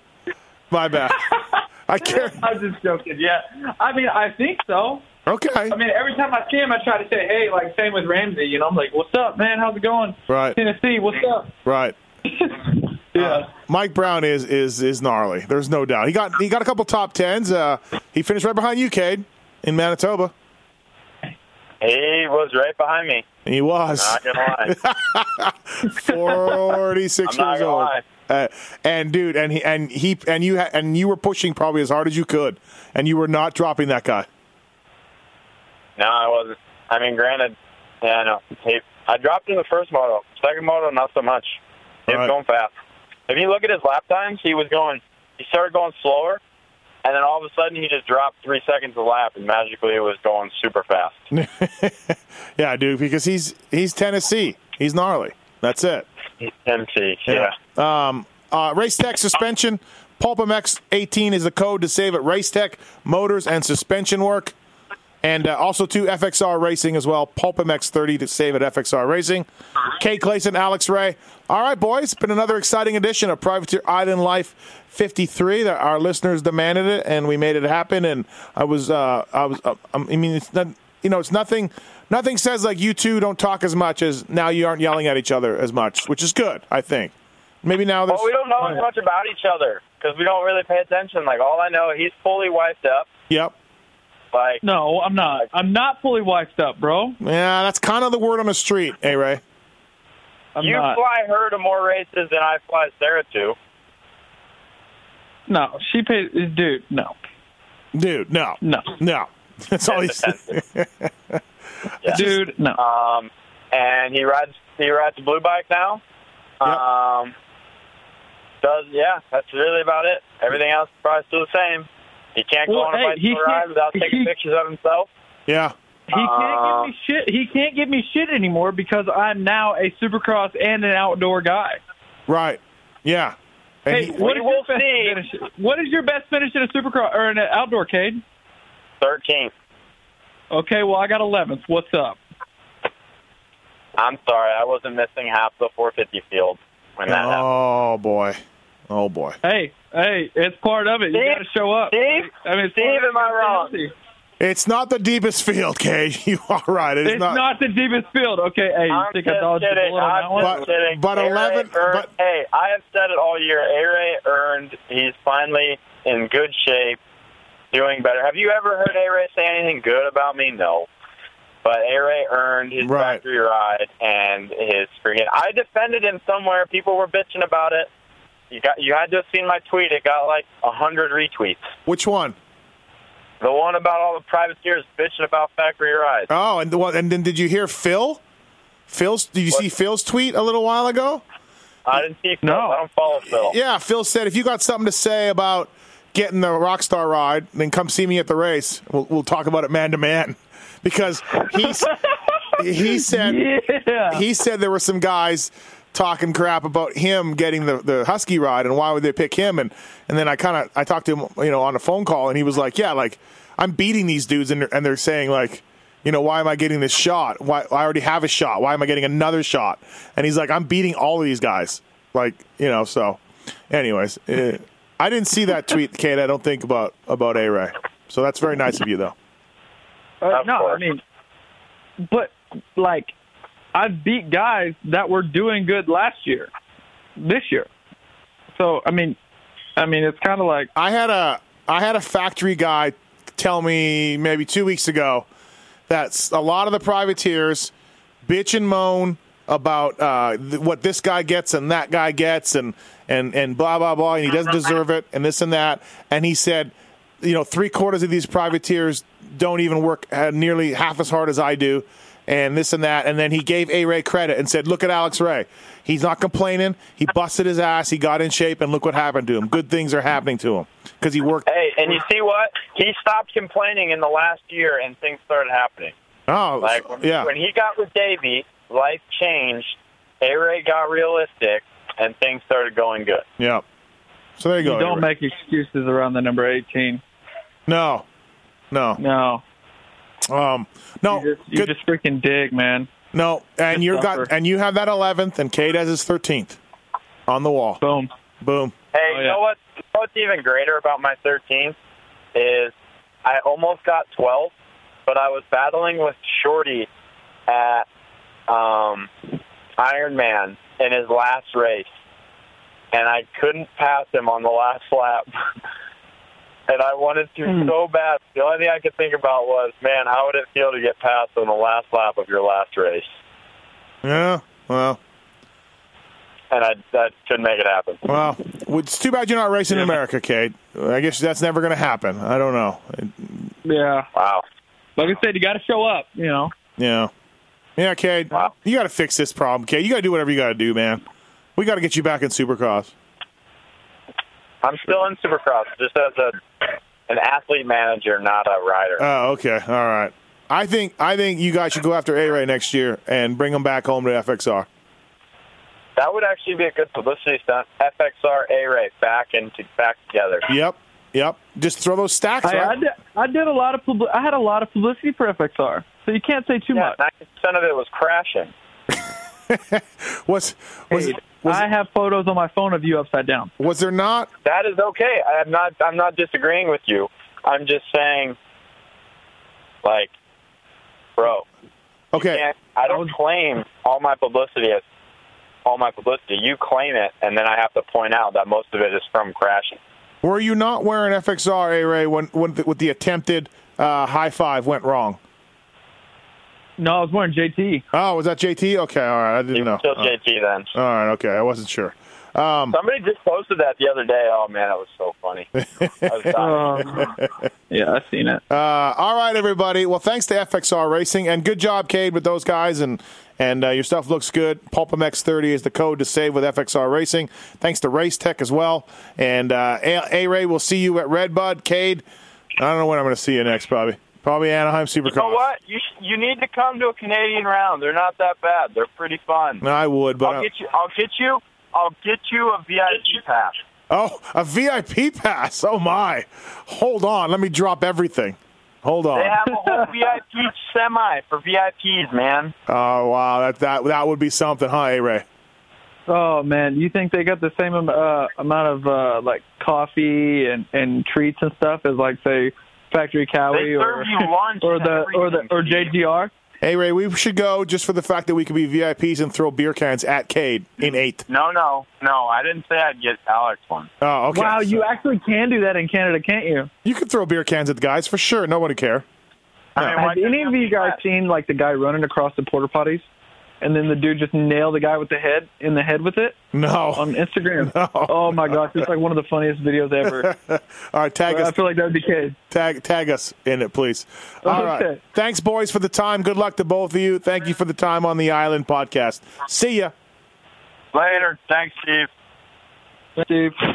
[SPEAKER 1] My bad. <laughs> I can't.
[SPEAKER 2] I'm just joking. Yeah, I mean, I think so.
[SPEAKER 1] Okay.
[SPEAKER 2] I mean, every time I see him, I try to say, "Hey," like same with Ramsey. You know, I'm like, "What's up, man? How's it going?"
[SPEAKER 1] Right.
[SPEAKER 2] Tennessee, what's up?
[SPEAKER 1] Right.
[SPEAKER 3] Uh-huh.
[SPEAKER 2] Yeah.
[SPEAKER 1] Mike Brown is is is gnarly. There's no doubt. He got he got a couple top tens. Uh, he finished right behind you, Cade, in Manitoba.
[SPEAKER 3] He was right behind me.
[SPEAKER 1] He <laughs> was
[SPEAKER 3] Not gonna
[SPEAKER 2] <laughs>
[SPEAKER 3] lie.
[SPEAKER 1] 46
[SPEAKER 3] I'm not
[SPEAKER 1] years
[SPEAKER 3] gonna
[SPEAKER 1] old.
[SPEAKER 3] lie.
[SPEAKER 1] Uh, and dude, and he and he and you ha- and you were pushing probably as hard as you could, and you were not dropping that guy.
[SPEAKER 3] No, I wasn't. I mean, granted, yeah, I know. He, I dropped in the first moto. Second moto, not so much. He
[SPEAKER 1] Right.
[SPEAKER 3] was going fast. If you look at his lap times, he was going. He started going slower, and then all of a sudden, he just dropped three seconds a lap, and magically, it was going super fast.
[SPEAKER 1] Yeah, dude, because he's he's Tennessee. He's gnarly. That's it.
[SPEAKER 3] MC, yeah.
[SPEAKER 1] Um, uh, Race Tech suspension. Pulpamex 18 is the code to save at Race Tech motors and suspension work. And uh, also to FXR Racing as well. Pulpamex 30 to save at FXR Racing. Kate Clayson, Alex Ray. All right, boys. It's been another exciting edition of Privateer Island Life 53. That our listeners demanded it, and we made it happen. And I was, uh, I was, uh, I mean, it's not, you know, it's nothing. Nothing says like you two don't talk as much as now you aren't yelling at each other as much, which is good, I think. Maybe now there's.
[SPEAKER 3] Well, we don't know as much about each other because we don't really pay attention. Like all I know, he's fully wiped up.
[SPEAKER 1] Yep.
[SPEAKER 3] Like
[SPEAKER 2] No, I'm not. I'm not fully wiped up, bro.
[SPEAKER 1] Yeah, that's kind of the word on the street, A Ray.
[SPEAKER 2] I'm
[SPEAKER 3] you
[SPEAKER 2] not.
[SPEAKER 3] fly her to more races than I fly Sarah to.
[SPEAKER 2] No, she pays. Dude, no,
[SPEAKER 1] dude. No,
[SPEAKER 2] no,
[SPEAKER 1] no. <laughs> That's all he's.
[SPEAKER 2] <laughs> dude, no.
[SPEAKER 3] Um, and he rides he rides a blue bike now.
[SPEAKER 1] Yep.
[SPEAKER 3] Um, does yeah, that's really about it. Everything else is probably still the same. He can't go
[SPEAKER 2] Well,
[SPEAKER 3] on a
[SPEAKER 2] hey, he
[SPEAKER 3] bicycle ride
[SPEAKER 2] can't-
[SPEAKER 3] without taking
[SPEAKER 2] he-
[SPEAKER 3] pictures of himself.
[SPEAKER 1] Yeah,
[SPEAKER 2] He
[SPEAKER 3] Uh,
[SPEAKER 2] can't give me shit. He can't give me shit anymore because I'm now a supercross and an outdoor guy.
[SPEAKER 1] right. Yeah. And
[SPEAKER 2] Hey,
[SPEAKER 1] he-
[SPEAKER 2] what
[SPEAKER 3] We
[SPEAKER 2] is
[SPEAKER 3] will
[SPEAKER 2] your best
[SPEAKER 3] see.
[SPEAKER 2] finish? What is your best finish in a supercross or in an outdoor, Cade?
[SPEAKER 3] Thirteenth.
[SPEAKER 2] Okay, well I got 11th. What's up?
[SPEAKER 3] I'm sorry, I wasn't missing half the 450 field when that happened.
[SPEAKER 1] oh boy. Oh boy.
[SPEAKER 2] Hey, hey, it's part of it. You
[SPEAKER 3] Steve?
[SPEAKER 2] got to show up.
[SPEAKER 3] Steve?
[SPEAKER 2] I mean, it's
[SPEAKER 3] Steve,
[SPEAKER 2] part of it.
[SPEAKER 3] am I
[SPEAKER 2] You gotta
[SPEAKER 3] wrong?
[SPEAKER 2] stay healthy.
[SPEAKER 1] It's not the deepest field, <laughs> Cage. You are right. It's,
[SPEAKER 2] It's not, the deepest field. Okay, hey, you
[SPEAKER 3] I'm
[SPEAKER 2] think
[SPEAKER 3] just
[SPEAKER 2] I dodged the
[SPEAKER 3] kidding.
[SPEAKER 2] bullet on
[SPEAKER 3] I'm
[SPEAKER 2] that one?
[SPEAKER 1] just-
[SPEAKER 3] just
[SPEAKER 1] But-
[SPEAKER 3] kidding.
[SPEAKER 1] but
[SPEAKER 3] A-Ray
[SPEAKER 1] 11
[SPEAKER 3] earned-
[SPEAKER 1] but-
[SPEAKER 3] hey, I have said it all year. A Ray earned. He's finally in good shape, doing better. Have you ever heard A Ray say anything good about me? No. But A Ray earned his
[SPEAKER 1] Right.
[SPEAKER 3] factory ride and his freaking. I defended him somewhere. People were bitching about it. You got. You had to have seen my tweet. It got like a hundred retweets.
[SPEAKER 1] Which one?
[SPEAKER 3] The one about all the privateers bitching about factory rides.
[SPEAKER 1] Oh, and the one, and then did you hear Phil? Phil's did you see Phil's tweet a little while ago?
[SPEAKER 3] I didn't see Phil.
[SPEAKER 2] No.
[SPEAKER 3] I don't follow Phil.
[SPEAKER 1] Yeah, Phil said if you got something to say about getting the Rockstar ride, then come see me at the race. We'll, we'll talk about it man to man <laughs> because he's he said
[SPEAKER 2] yeah.
[SPEAKER 1] he said there were some guys talking crap about him getting the, the husky ride and why would they pick him and and then I kind of I talked to him you know on a phone call and he was like yeah like I'm beating these dudes and they're, and they're saying like you know why am I getting this shot why I already have a shot why am I getting another shot and he's like I'm beating all of these guys like you know so anyways eh, I didn't see that tweet Kate I don't think about about A Ray so that's very nice of you though
[SPEAKER 2] Uh,
[SPEAKER 3] Of
[SPEAKER 2] no,
[SPEAKER 3] course.
[SPEAKER 2] I mean, but like, I've beat guys that were doing good last year, this year. So I mean, I mean, it's kind of like
[SPEAKER 1] I had a I had a factory guy tell me maybe two weeks ago that s- a lot of the privateers bitch and moan about uh, th- what this guy gets and that guy gets and and and blah blah blah and he doesn't deserve it and this and that and he said you know three quarters of these privateers don't even work uh, nearly half as hard as I do and this and that and then he gave A Ray credit and said look at Alex Ray he's not complaining he busted his ass he got in shape and look what happened to him good things are happening to him because he worked
[SPEAKER 3] Hey, and you see what? He stopped complaining in the last year, and things started happening.
[SPEAKER 1] oh
[SPEAKER 3] Like when,
[SPEAKER 1] yeah
[SPEAKER 3] when he got with Davey, life changed. A Ray got realistic, and things started going good.
[SPEAKER 1] yeah so there you
[SPEAKER 2] you
[SPEAKER 1] go
[SPEAKER 2] don't
[SPEAKER 1] A-Ray.
[SPEAKER 2] make excuses around the number eighteen.
[SPEAKER 1] no no
[SPEAKER 2] No,
[SPEAKER 1] Um, no,
[SPEAKER 2] you just, you
[SPEAKER 1] good-
[SPEAKER 2] just freaking dig, man.
[SPEAKER 1] no, and you
[SPEAKER 2] suffer.
[SPEAKER 1] got and you have that eleventh, and Kate has his thirteenth on the wall.
[SPEAKER 2] Boom.
[SPEAKER 1] Boom.
[SPEAKER 3] Hey,
[SPEAKER 2] Oh,
[SPEAKER 3] you
[SPEAKER 2] yeah.
[SPEAKER 3] know what? you know What's even greater about my 13th is I almost got 12, but I was battling with Shorty at um, Ironman in his last race, and I couldn't pass him on the last lap. <laughs> and I wanted to so bad. The only thing I could think about was, man, how would it feel to get passed on the last lap of your last race?
[SPEAKER 1] Yeah. Well,
[SPEAKER 3] And I, I couldn't make it happen.
[SPEAKER 1] well, it's too bad you're not racing in America, Kate. I guess that's never going to happen. I don't know.
[SPEAKER 2] Yeah,
[SPEAKER 3] Wow.
[SPEAKER 2] like I said, you got to show up. You know.
[SPEAKER 1] Yeah. Yeah, Kate.
[SPEAKER 3] Wow.
[SPEAKER 1] You got to fix this problem, Kate. You got to do whatever you got to do, man. We got to get you back in Supercross.
[SPEAKER 3] I'm still in Supercross, just as a an athlete manager, not a rider.
[SPEAKER 1] Oh, okay. All right. I think I think you guys should go after A Ray next year and bring him back home to FXR.
[SPEAKER 3] that would actually be a good publicity stunt. FXR A Ray back and to, back together.
[SPEAKER 1] Yep. Yep. Just throw those stacks.
[SPEAKER 2] I, I,
[SPEAKER 1] right?
[SPEAKER 2] did, I did a lot of publi- I had a lot of publicity for FXR, so you can't say too
[SPEAKER 3] Yeah,
[SPEAKER 2] much.
[SPEAKER 3] ninety percent of it was crashing.
[SPEAKER 1] What's was, was,
[SPEAKER 2] I have photos on my phone of you upside down.
[SPEAKER 1] was there not
[SPEAKER 3] That is okay. I'm not. I'm not disagreeing with you. I'm just saying, like, bro,
[SPEAKER 1] Okay.
[SPEAKER 3] can't, I don't claim all my publicity as all my publicity. You claim it, and then I have to point out that most of it is from crashing.
[SPEAKER 1] Were you not wearing FXR, A Ray, when, when the, with the attempted uh, high five went wrong?
[SPEAKER 2] No, I was wearing
[SPEAKER 1] <laughs>
[SPEAKER 2] JT.
[SPEAKER 1] Oh, was that JT? Okay, all right. I didn't
[SPEAKER 3] You
[SPEAKER 1] know. uh,
[SPEAKER 3] were still
[SPEAKER 1] all
[SPEAKER 3] JT then.
[SPEAKER 1] right, okay. I wasn't sure. Um,
[SPEAKER 3] Somebody just posted that the other day. Oh man, that was so
[SPEAKER 2] <laughs>
[SPEAKER 3] funny. I was
[SPEAKER 2] Oh,
[SPEAKER 3] dying.
[SPEAKER 2] yeah, I've seen it.
[SPEAKER 1] uh, all right, everybody. Well, thanks to FXR Racing and good job, Cade, with those guys and and uh, your stuff looks good. PulpMX30 is the code to save with FXR Racing. Thanks to Race Tech as well. And uh, A Ray, we'll see you at Redbud. Cade, I don't know when I'm going to see you next, probably. Probably Anaheim Supercross.
[SPEAKER 3] You know what? You sh- you need to come to a Canadian round. They're not that bad. They're pretty fun.
[SPEAKER 1] No, I would, but
[SPEAKER 3] I'll
[SPEAKER 1] I-
[SPEAKER 3] get you. I'll get you. I'll get you a VIP pass.
[SPEAKER 1] oh, a VIP pass. Oh my! Hold on, let me drop everything. Hold on.
[SPEAKER 3] They have a whole VIP semi for VIPs, man.
[SPEAKER 1] Oh wow, that that that would be something, huh, A Ray?
[SPEAKER 2] Oh man, you think they got the same am- uh, amount of uh, like coffee and and treats and stuff as like say Factory
[SPEAKER 3] They
[SPEAKER 2] Cowie or
[SPEAKER 3] serve you lunch
[SPEAKER 2] Oh, <laughs> or
[SPEAKER 3] and
[SPEAKER 2] the or the
[SPEAKER 3] everything,
[SPEAKER 2] or
[SPEAKER 3] Steve.
[SPEAKER 2] JGR?
[SPEAKER 1] Hey Ray, we should go just for the fact that we could be VIPs and throw beer cans at Cade in eight.
[SPEAKER 3] No, no, no. I didn't say I'd get Alex one.
[SPEAKER 1] Oh, okay.
[SPEAKER 2] Wow, you
[SPEAKER 1] So
[SPEAKER 2] actually can do that in Canada, can't you?
[SPEAKER 3] Oh
[SPEAKER 1] you could throw beer cans at the guys for sure. Nobody care.
[SPEAKER 3] I mean, why
[SPEAKER 2] Have any
[SPEAKER 3] couldn't
[SPEAKER 2] of you
[SPEAKER 3] be
[SPEAKER 2] guys
[SPEAKER 3] that?
[SPEAKER 2] seen like the guy running across the porta potties, and then the dude just nailed the guy with the head in the head with it
[SPEAKER 1] No.
[SPEAKER 2] on Instagram? Oh my gosh, it's like one of the funniest videos ever.
[SPEAKER 1] All right, tag
[SPEAKER 2] I
[SPEAKER 1] us,
[SPEAKER 2] feel like that would be Cade.
[SPEAKER 1] tag tag us in it, please. All right.
[SPEAKER 2] Okay.
[SPEAKER 1] Thanks, boys, for the time. Good luck to both of you. Thank you for the time on the Island podcast. See ya.
[SPEAKER 3] Later. Thanks, Steve.
[SPEAKER 2] Steve.